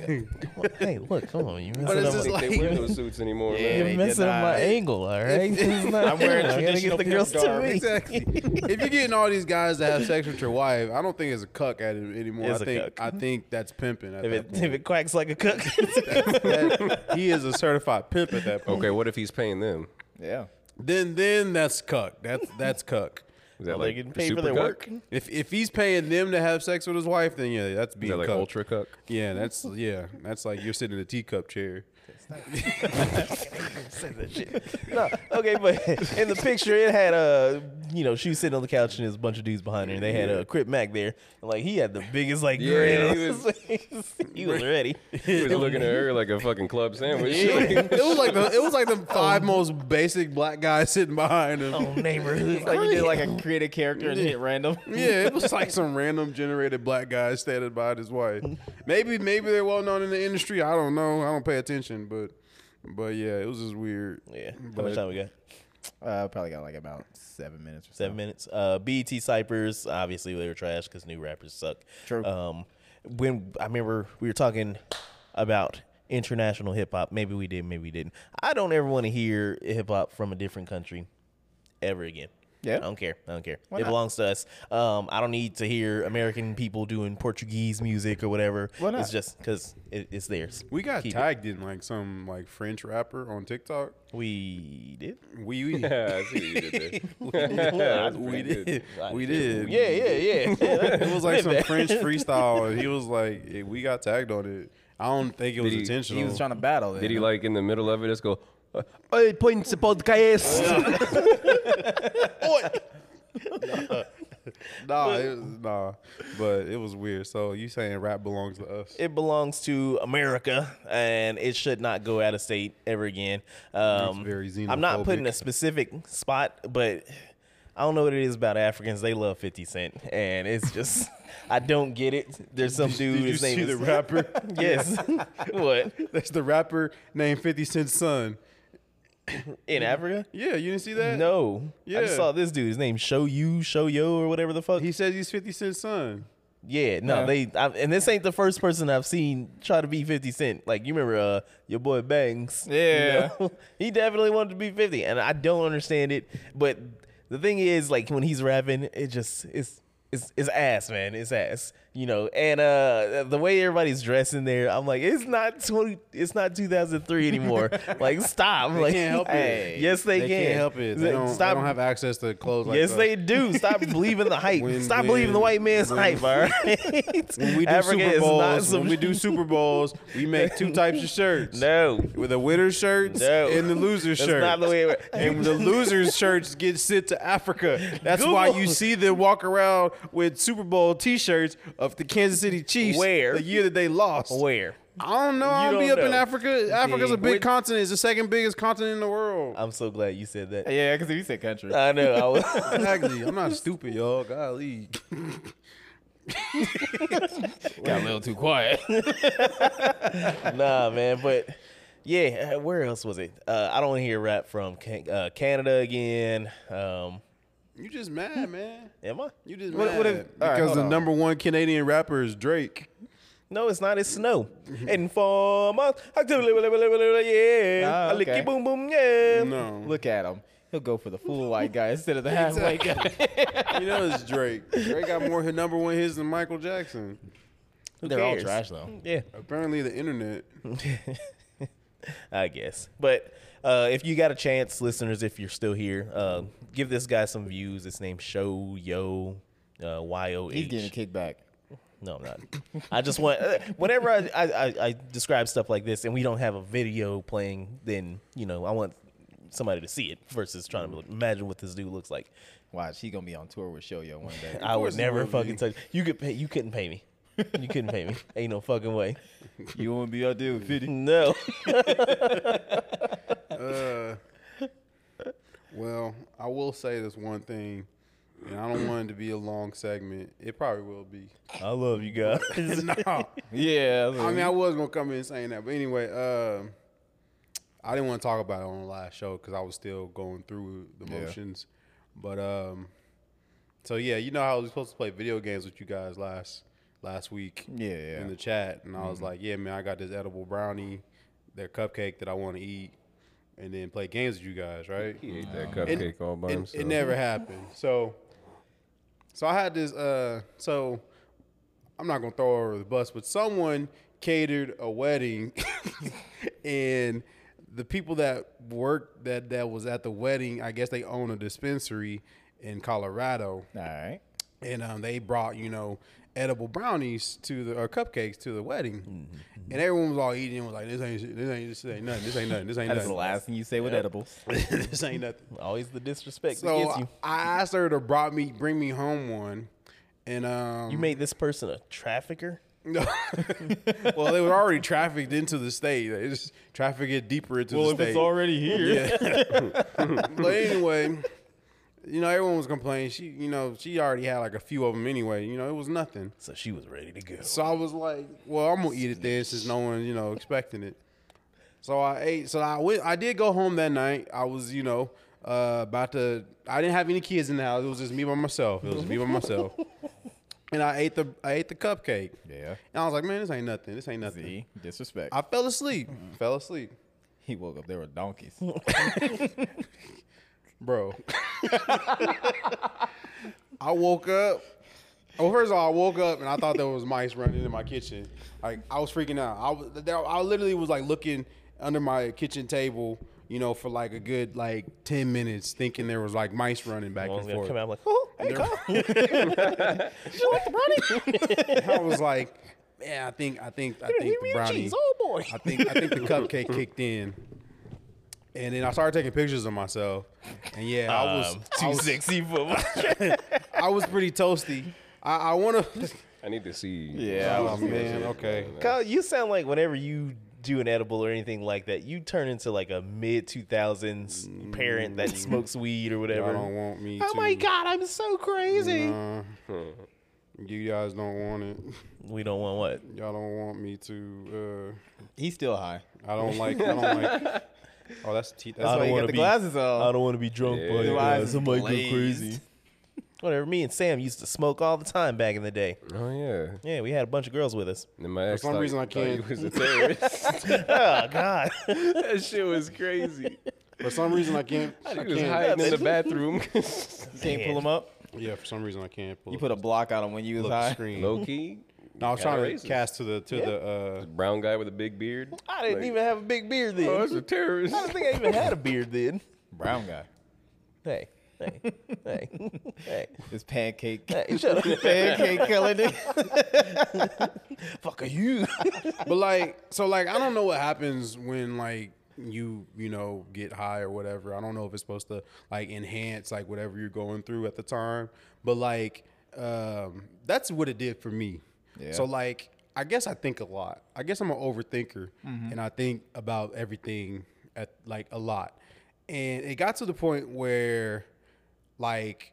hey, look, come on, you But messing it's up. just Like, like they wear those suits anymore. Yeah. man. You're they messing up my denied. angle, all right? It's not- I'm wearing I gotta traditional get the pimp girls to garb. me. Exactly. <laughs> if you're getting all these guys that have sex with your wife, I don't think it's a cuck at it anymore. It's I a think cuck. I think that's pimping. At If that it, <laughs> if it quacks like a cook, point. That- he is a certified pimp at that point. Okay, what if he's paying them? Yeah. Then then that's cuck. That's that's cuck. Is that they like can pay for super their cuck? work. If if he's paying them to have sex with his wife, then yeah, that's Is being that like cuck. <laughs> ultra cuck? Yeah, that's yeah, that's like you're sitting in a teacup chair. Say that shit. No, okay, but in the picture, it had uh, you know, she was sitting on the couch and there's a bunch of dudes behind her, and they had a uh, Crip Mac there, and like he had the biggest like Yeah, grin on he his face. <laughs> he was ready. He was looking at her like a fucking club sandwich. <laughs> it was like the it was like the five most basic black guys sitting behind him. Oh, neighborhood, Like you did like a create a character and hit random. <laughs> Yeah, it was like some random generated black guy standing by his wife. Maybe maybe they're well known in the industry. I don't know. I don't pay attention, but but yeah, it was just weird. yeah. How But- much time we got? Uh, probably got like about seven minutes or so. Seven minutes. Uh, BET Cyphers, obviously they were trash because new rappers suck. True. Um, when I remember we were talking about international hip hop, maybe we did, maybe we didn't. I don't ever want to hear hip hop from a different country ever again. Yeah? I don't care. I don't care. it not? belongs to us. Um, I don't need to hear American people doing Portuguese music or whatever. Why not? It's just because it, it's theirs. We got Keep it. tagged in like some like French rapper on TikTok. We did. We we <laughs> Yeah, I see what you did there. yeah, we did we did. yeah, yeah. <laughs> it was like some French freestyle, and he was like, eh, "We got tagged on it." I don't think it was he- intentional. He was trying to battle. Did he then. like in the middle of it just go, "Uh, Oi, points podcast. nah, it was, nah, but it was weird. So you saying rap belongs to us? It belongs to America, and it should not go out of state ever again. Um, very I'm not putting xenophobic. a specific spot, but I don't know what it is about Africans. They love 50 Cent, and it's just <laughs> I don't get it. There's some dude. Did you his name see is <laughs> the rapper? <laughs> Yes. <laughs> what That's the rapper named Fifty Cent's son. in Africa? Yeah, you didn't see that? No. I just Yeah. saw this dude. His name Show You Show Yo or whatever the fuck. He says he's 50 Cent's son. Yeah, no, they I, and this ain't the first person I've seen try to be Fifty Cent. Like you remember uh, your boy Bangs? you Yeah. know? <laughs> he definitely wanted to be Fifty, and I don't understand it. But the thing is, like when he's rapping, it just it's it's it's ass, man, it's ass. You know, and uh, the way everybody's dressing there, I'm like, it's not twenty, it's not <laughs> 2003 anymore. like stop, like can't help it. hey, Yes, they, They can can't help it. They don't, stop. they don't have access to clothes like Yes, us. they do. <laughs> Stop believing the hype. When- Stop when- believing the white man's when- <laughs> hype. All right. When we do Africa Super is not Bowls, some- when we do Super Bowls, we make two types of shirts. <laughs> no, With the winner's shirts No. and the loser's that's shirts. not the way. <laughs> It and the losers' shirts get sent to Africa. That's why Google. you see them walk around with Super Bowl T-shirts of the Kansas City Chiefs Where? the year that they lost. Where? I don't know. I'll be don't up in know. Africa. Africa's a big Which- continent. It's the second biggest continent in the world. I'm so glad you said that. Yeah, because you said country. I know. I was. <laughs> <laughs> Exactly. I'm not stupid, y'all. Golly. Got a little too quiet. nah, man. But yeah, uh, where else was it? Uh, I don't hear rap from Can- uh, Canada again. Um, You just mad, man. am I? You just What- mad. what if- all right, because hold the on. number one Canadian rapper is Drake. No, it's not. It's snow. Mm-hmm. Informer. I do- Yeah. I Ah, lick okay. it, boom, boom, yeah. No. Look at him. He'll go for the <laughs> full white guy instead of the half white guy. You know it's Drake. Drake got more hit number one hits than Michael Jackson. Who They're all cares? trash though. Yeah. Apparently, the internet. I guess. But uh, if you got a chance, listeners, if you're still here, uh, give this guy some views. It's named Show Yo uh, Y O He's getting a H. kickback. No, I'm not. I just want uh, whenever I, I, I, I describe stuff like this and we don't have a video playing, then you know I want somebody to see it versus trying to imagine what this dude looks like. Watch, he gonna be on tour with Shoyo one day. I would course he never would fucking be. touch. You could pay. You couldn't pay me. You couldn't pay me. Ain't no fucking way. you wanna be out there with 50? No. Uh, well, I will say this one thing, and I don't want it to be a long segment. It probably will be. I love you guys. <laughs> no. <laughs> Yeah. I mean, I was gonna come in saying that, but anyway, um, I didn't want to talk about it on the last show because I was still going through the motions. But um, so yeah, you know how I was supposed to play video games with you guys last last week Yeah, yeah. Mm-hmm. in the chat, and I was like, yeah, man, I got this edible brownie, that cupcake that I want to eat, and then play games with you guys, right? He ate that cupcake all by it, himself. It never happened. So, so I had this. Uh, so I'm not gonna throw her over the bus, but someone catered a wedding, <laughs> and the people that worked that that was at the wedding, I guess they own a dispensary in Colorado, All right. and um, they brought you know edible brownies to the or cupcakes to the wedding, and everyone was all eating and was like, "This ain't shit. this ain't this ain't nothing. This ain't nothing. This ain't That's nothing. the last thing you say with edibles. <laughs> this ain't nothing." Always the disrespect that gets So you. I asked her to brought me bring me home one, and um, You made this person a trafficker. no. well, they were already trafficked into the state. They just traffic it deeper into the state. already here. but anyway, you know, everyone was complaining. She, you know, she already had like a few of them anyway. You know, it was nothing. So she was ready to go. So I was like, well, I'm gonna eat it then since no one, you know, expecting it. So I ate. So I went. I did go home that night. I was, you know, uh, about to. I didn't have any kids in the house. It was just me by myself. It was me by myself. And I ate the I ate the cupcake. Yeah. And I was like, man, this ain't nothing. This ain't nothing. See? Disrespect. I fell asleep. Fell asleep, he woke up. There were <laughs> donkeys. bro. <laughs> I woke up. Well, first of all, I woke up and I thought there was mice running in my kitchen. Like I was freaking out. I was, there, I literally was like looking under my kitchen table, you know, for like a good like ten minutes, thinking there was like mice running back I was and gonna forth. come out like, oh, hey, <laughs> Carl." I was like, man, I think, I think, I think the brownie. cheese. Oh, boy. I think, I think the cupcake kicked in. And then I started taking pictures of myself, and yeah, I was Um, I was, sexy for <laughs> my. I was pretty toasty. I, I <laughs> want to. I need to see. Yeah, I oh, wanna see man, that. okay. Kyle, you sound like whenever you do an edible or anything like that, you turn into like a mid two thousands parent that smokes weed or Mm. Y'all whatever. don't want me. oh to. my god, I'm so crazy. Nah. you guys don't want it. We don't want what? Y'all don't want me to. He's still high. Uh, I don't like. I don't like. Oh, that's teeth. That's I how don't you wanna got the be- glass. Glasses on. I don't want to be drunk, Yeah. but Your uh, eyes is somebody go glazed. crazy. Whatever. Me and Sam used to smoke all the time back in the day. Oh yeah. Yeah, we had a bunch of girls with us. And my ex some thought- reason I thought can't- He <laughs> was a terrorist. Oh God, that shit was crazy. For some reason, I can't. I She was can't- hiding in the bathroom. You can't pull him up. Yeah, for some reason, I can't. Pull You up put a block on him when you was the high. screen. Low key, No, I was trying kinda to racist. cast to the to the. Uh, brown guy with a big beard. I didn't Like, even have a big beard then. Oh, that's a terrorist. I don't think I even had a beard <laughs> then. Brown guy. Hey, hey, hey, hey, This pancake. hey, shut up. <laughs> pancake colored. <laughs> Fuck are you? but like, so like, I don't know what happens when like you you know get high or whatever. I don't know if it's supposed to like enhance like whatever you're going through at the time. But like, um, that's what it did for me. So like, I guess I think a lot. I guess I'm an overthinker, and I think about everything at like a lot. And it got to the point where, like,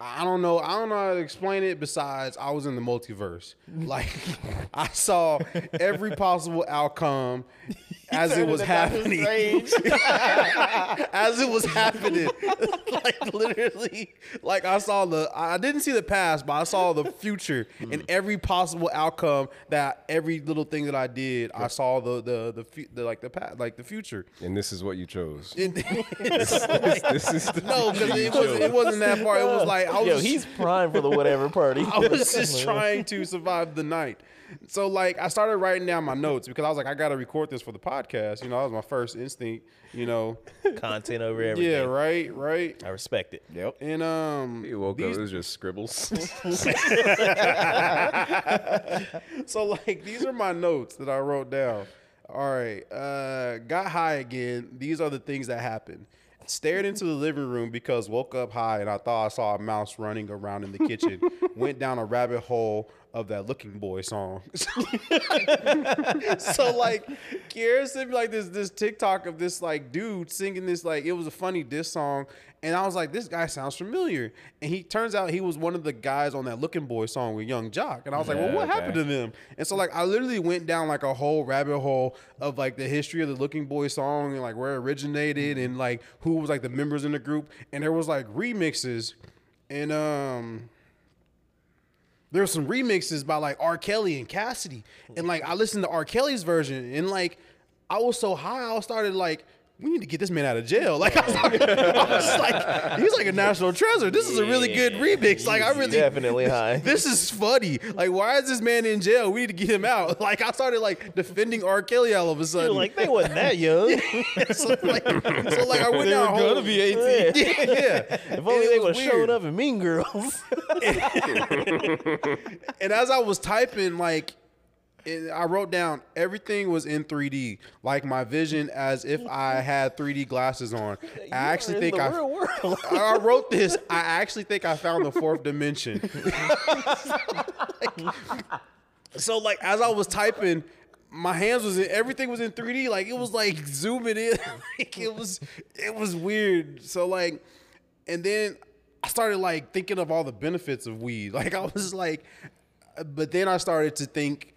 I don't know. I don't know how to explain it. Besides, I was in the multiverse. Like, <laughs> I saw every possible outcome as it was happening. <laughs> as it was happening. <laughs> like literally, like I saw the I didn't see the past, but I saw the <laughs> future Hmm. and every possible outcome that every little thing that I did, I saw the the the, fu- the like the past, like the future. <laughs> And this is what you chose. And- <laughs> this is the no, because it wasn't it wasn't that far. It was like I was Yo, just- he's prime for the whatever party. <laughs> I was <laughs> just trying to survive the night. So like I started writing down my notes because I was like, I gotta record this for the podcast. You know, that was my first instinct, you know. Content over everything. Yeah, right, right. I respect it. And um He woke these- up. It was just scribbles. <laughs> <laughs> So like these are my notes that I wrote down. All right. Uh got high again. These are the things that happened. Stared into the living room because woke up high and I thought I saw a mouse running around in the <laughs> kitchen. Went down a rabbit hole of that looking boy song. <laughs> so like Kiara sent me like this this TikTok of this like dude singing this like it was a funny diss song, and I was like, this guy sounds familiar. And he turns out he was one of the guys on that Looking Boy song with Young Jock, and I was like, well, what happened to them? And so like I literally went down like a whole rabbit hole of like the history of the Looking Boy song and like where it originated and like who was like the members in the group, and there was like remixes, and um there were some remixes by like R. Kelly and Cassidy. And like I listened to R. Kelly's version and like I was so high I started like we need to get this man out of jail. <laughs> Like I was, like, I was like, he's like a national treasure. This is a really good remix. Like I He's really definitely high. This is funny. Like why is this man in jail? We need to get him out. <laughs> Like I started like defending R. Kelly all of a sudden. Like they wasn't that young. so, <laughs> like, so like I went down. a whole- Yeah. <laughs> yeah. <laughs> If only they would have showed shown up in Mean Girls. and as I was typing, like, it, I wrote down everything was in 3D, like my vision as if <laughs> I had 3D glasses on. I actually think I, real world. I wrote this. <laughs> I actually think I found the fourth dimension. <laughs> so like as I was typing, my hands was in everything was in 3D. Like it was like zooming in. <laughs> like it was it was weird. So like and then I started like thinking of all the benefits of weed. <laughs> Like I was like but then I started to think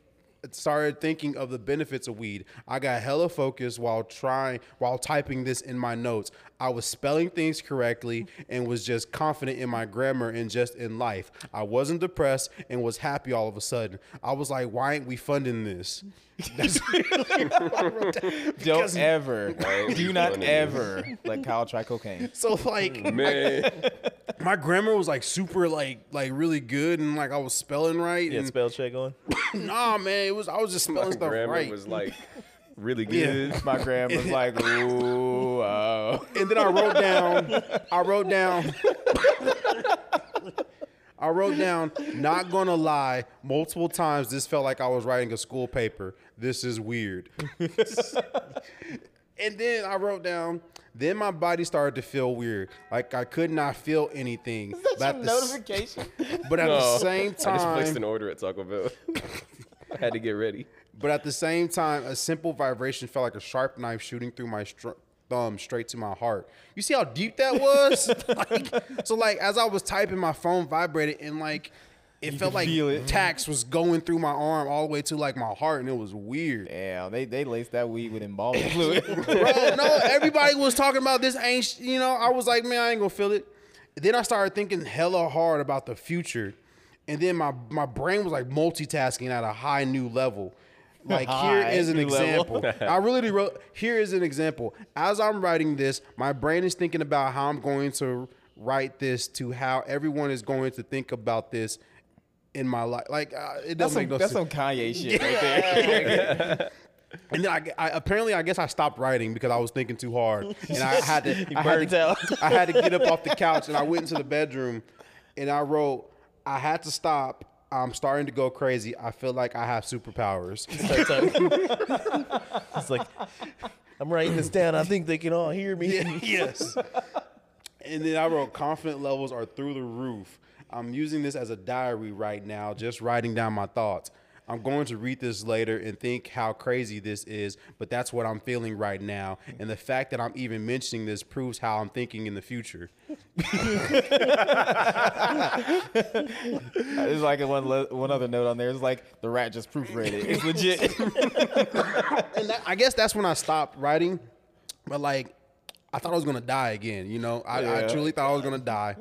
started thinking of the benefits of weed. I got hella focused while trying while typing this in my notes. I was spelling things correctly and was just confident in my grammar and just in life. I wasn't depressed and was happy all of a sudden. I was like, why ain't we funding this? That's really what I wrote down. <laughs> Don't ever, <laughs> Right. do not Funny. ever let Kyle try cocaine. so like Man, my grammar was like super like like really good and like I was spelling right. Yeah, and spell check on. <clears throat> nah man, it was I was just spelling my stuff grammar right. was like really good. My grandma's <laughs> like, ooh, oh. and then I wrote down, I wrote down, I wrote down, not gonna lie, multiple times this felt like I was writing a school paper. This is weird. and then I wrote down, then my body started to feel weird. Like I could not feel anything. But at, the, s- notification. but at the No. same <laughs> I time, just placed an order at Taco Bell. <laughs> I had to get ready. But at the same time, a simple vibration felt like a sharp knife shooting through my str- thumb straight to my heart. You see how deep that was? <laughs> Like, so, like, as I was typing, my phone vibrated and, like, it felt like tax was going through my arm all the way to, like, my heart, and it was weird. Damn, they, they laced that weed with <laughs> embalming fluid. Bro, no, everybody was talking about this ain't, sh- you know, I was like, man, I ain't gonna feel it. Then I started thinking hella hard about the future. And then my, my brain was like multitasking at a high new <laughs> level. Like here High is an new example. <laughs> I really wrote here is an example. As I'm writing this, my brain is thinking about how I'm going to write this to how everyone is going to think about this in my life. Like uh, it doesn't That's some, make no that's some sense. Kanye shit right there. And then I, I- apparently I guess I stopped writing because I was thinking too <laughs> hard, and I had to I had burnt to, out. I had to get up off <laughs> the couch, and I went into the bedroom, and I wrote, I had to stop. I'm starting to go crazy. I feel like I have superpowers. Start typing. <laughs> it's like I'm writing this down. I think they can all hear me. <laughs> yes. And then I wrote, confident levels are through the roof. I'm using this as a diary right now, just writing down my thoughts. I'm going to read this later and think how crazy this is, but that's what I'm feeling right now. And the fact that I'm even mentioning this proves how I'm thinking in the future. There's like a one le- one other note on there. It's like the rat just proofread it. <laughs> It's <laughs> legit. and that, I guess that's when I stopped writing. But like, I thought I was gonna die again. You know, I, I Yeah. truly thought I was gonna die.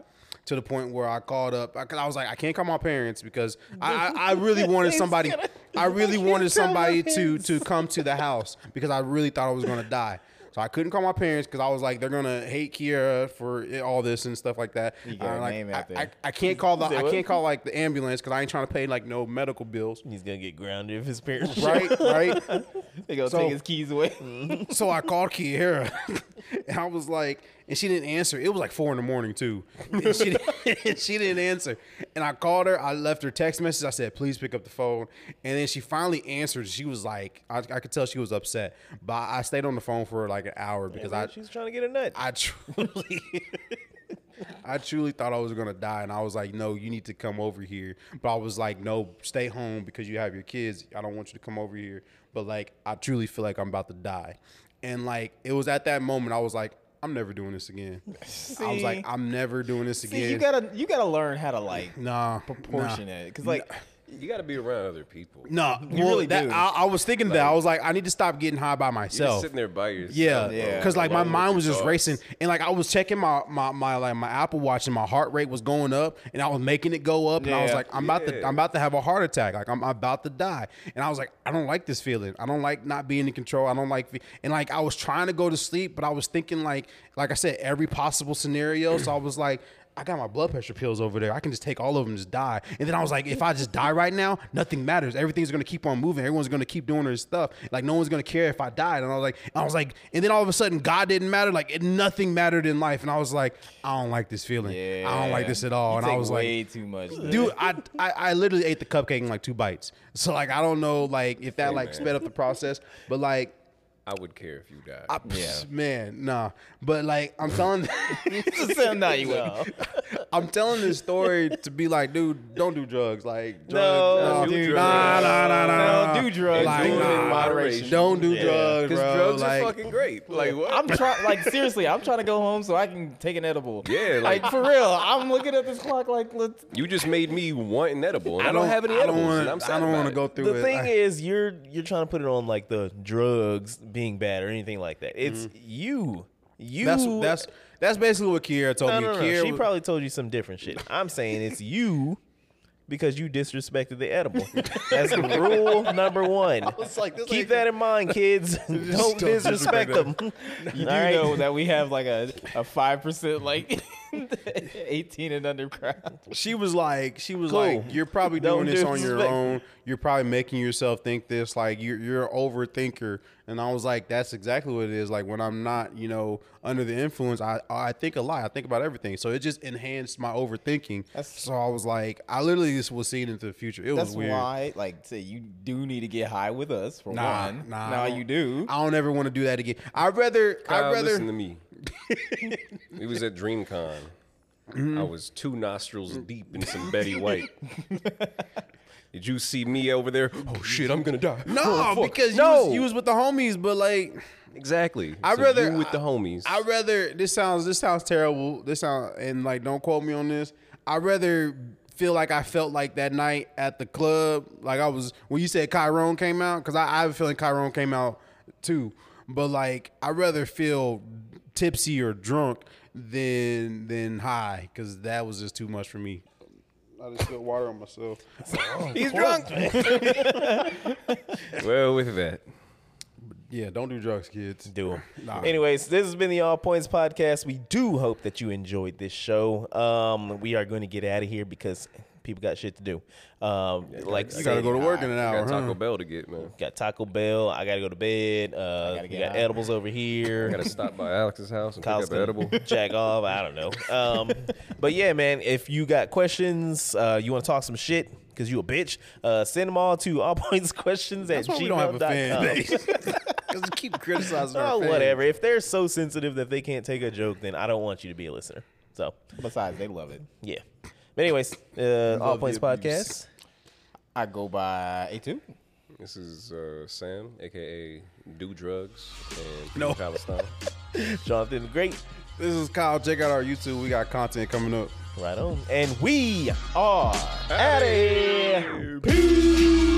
To the point where I called up, I, 'cause I was like, I can't call my parents because I, I, I really wanted somebody, I really wanted somebody to to come to the house because I really thought I was gonna die. So I couldn't call my parents because I was like, they're gonna hate Kiera for it- all this and stuff like that. got I'm her like, name I, out there. I, I can't call the, Say I what? can't call like the ambulance because I ain't trying to pay like no medical bills. He's gonna get grounded if his parents. <laughs> Right, right. they gonna So- take his keys <laughs> away. So I called Kiera, <laughs> and I was like, and she didn't answer. It was like four in the morning too, and she didn't, <laughs> she didn't answer. And I called her. I left her text message. I said, please pick up the phone. And then she finally answered. She was like, I, I could tell she was upset, but I stayed on the phone for like an hour because I, She's trying to get a nut. I truly, <laughs> I truly thought I was gonna die, and I was like, "No, you need to come over here." But I was like, "No, stay home because you have your kids. I don't want you to come over here." But like, I truly feel like I'm about to die, and like, it was at that moment I was like, "I'm never doing this again." I was See? like, "I'm never doing this See, again." you gotta you gotta learn how to like nah, portion nah. it because like You got to be around other people. No, You well, really that, do. I, I was thinking that I was like, I need to stop getting high by You're just myself. sitting there by yourself. Yeah, bro, yeah. Because like my alone with mind your was just thoughts. racing, and like I was checking my my my like my Apple Watch, and my heart rate was going up, and I was making it go up, and I was Yeah. like, I'm about to Yeah. I'm about to have a heart attack, like I'm about to die, and I was like, I don't like this feeling. I don't like not being in control. I don't like, fe- and like I was trying to go to sleep, but I was thinking like like I said, every possible scenario. So I was like. I got my blood pressure pills over there. I can just take all of them, and just die. And then I was like, if I just die right now, nothing matters. Everything's gonna keep on moving. Everyone's gonna keep doing their stuff. Like no one's gonna care if I died. And I was like, I was like, and then all of a sudden, God didn't matter. Like it, nothing mattered in life. And I was like, I don't like this feeling. I don't like this at all. You and I take was like, way too <laughs> much, dude I, I i literally ate the cupcake in like two bites so like i don't know like if that like sped up the process but like I would care if you died. I, <laughs> man nah but like i'm telling <laughs> no, you wouldn't. i'm telling this story to be like dude don't do drugs like drugs, <laughs> No, don't do drugs. nah, nah, nah, nah, nah. Don't do drugs. like, do it nah, in moderation. don't do drugs Because bro drugs like are fucking great. Like what? I'm trying, like seriously, I'm trying to go home so I can take an edible. Yeah, like- for real. I'm looking at this clock like, let's, you just made me want an edible. And I, I don't, have any I don't edibles. wanna- and I'm sad I don't about want it. to go through the it. thing I- is, you're you're trying to put it on like the drugs being bad or anything like that. It's you, you. that's that's that's basically what Kiera told no, me. no, no. Kiera She was- probably told you some different shit. I'm saying it's you because you disrespected the edible. that's rule number one. like, this Keep ain't- that in mind, <laughs> kids. Don't don't disrespect disrespect them. you do know that we have like <laughs> a, a 5% like <laughs> 18 and under crowd. she was like, she was Cool. like, you're probably Don't doing this do on your disrespect. own. You're probably making yourself think this. Like you're you're an overthinker. And I was like, that's exactly what it is. Like when I'm not, you know, under the influence, I I think a lot. I think about everything. So it just enhanced my overthinking. so I was like, I literally just was seeing into the future. It was That's weird. why, like, say you do need to get high with us for Nah, one. nah, now I don't- you do. I don't ever want to do that again. I'd rather, Kyle, I'd rather. listen to me. <laughs> it was at DreamCon. Mm-hmm. I was two nostrils deep in some Betty <laughs> White. Did you see me over there? Oh shit, I'm gonna die. no, Oh, fuck. because You, no, was, you was with the homies, but like. exactly. I'd So rather- you with the homies. I'd rather this sounds this sounds terrible. This sound and like don't quote me on this. I'd rather feel like I felt like that night at the club, like I was when you said Chiron came out, because I, I have a feeling Chiron came out too. But like I'd rather feel tipsy or drunk than than high, because that was just too much for me. I just spilled water on myself. He's drunk. well, with that, Yeah, don't do drugs, kids. <laughs> do them. Nah. Anyways, this has been the All Points Podcast. We do hope that you enjoyed this show. Um, we are going to get out of here because people got shit to do. Um, like You gotta go to work in an hour. got Taco Huh? Bell to get, man. Got Taco Bell. I gotta go to bed. Uh, we get got out. edibles over here. Gotta stop by Alex's house and Kyle's pick up an edible. gonna jack off. I don't know. Um, but yeah, man, if you got questions, uh, you want to talk some shit because you a bitch, uh, send them all to all points questions at That's why we don't have a fan gmail.com. base. <laughs> Because we keep criticizing our Oh, fans. whatever. If they're so sensitive that they can't take a joke, then I don't want you to be a listener. So, Besides, they love it. yeah. But anyways, uh, all love points the abuse. podcast. I go by A2. This is uh, Sam, aka Do Drugs and No. Palestine. Jonathan the Great. This is Kyle. Check out our YouTube. We got content coming up. Right on. And we are out of here. Peace.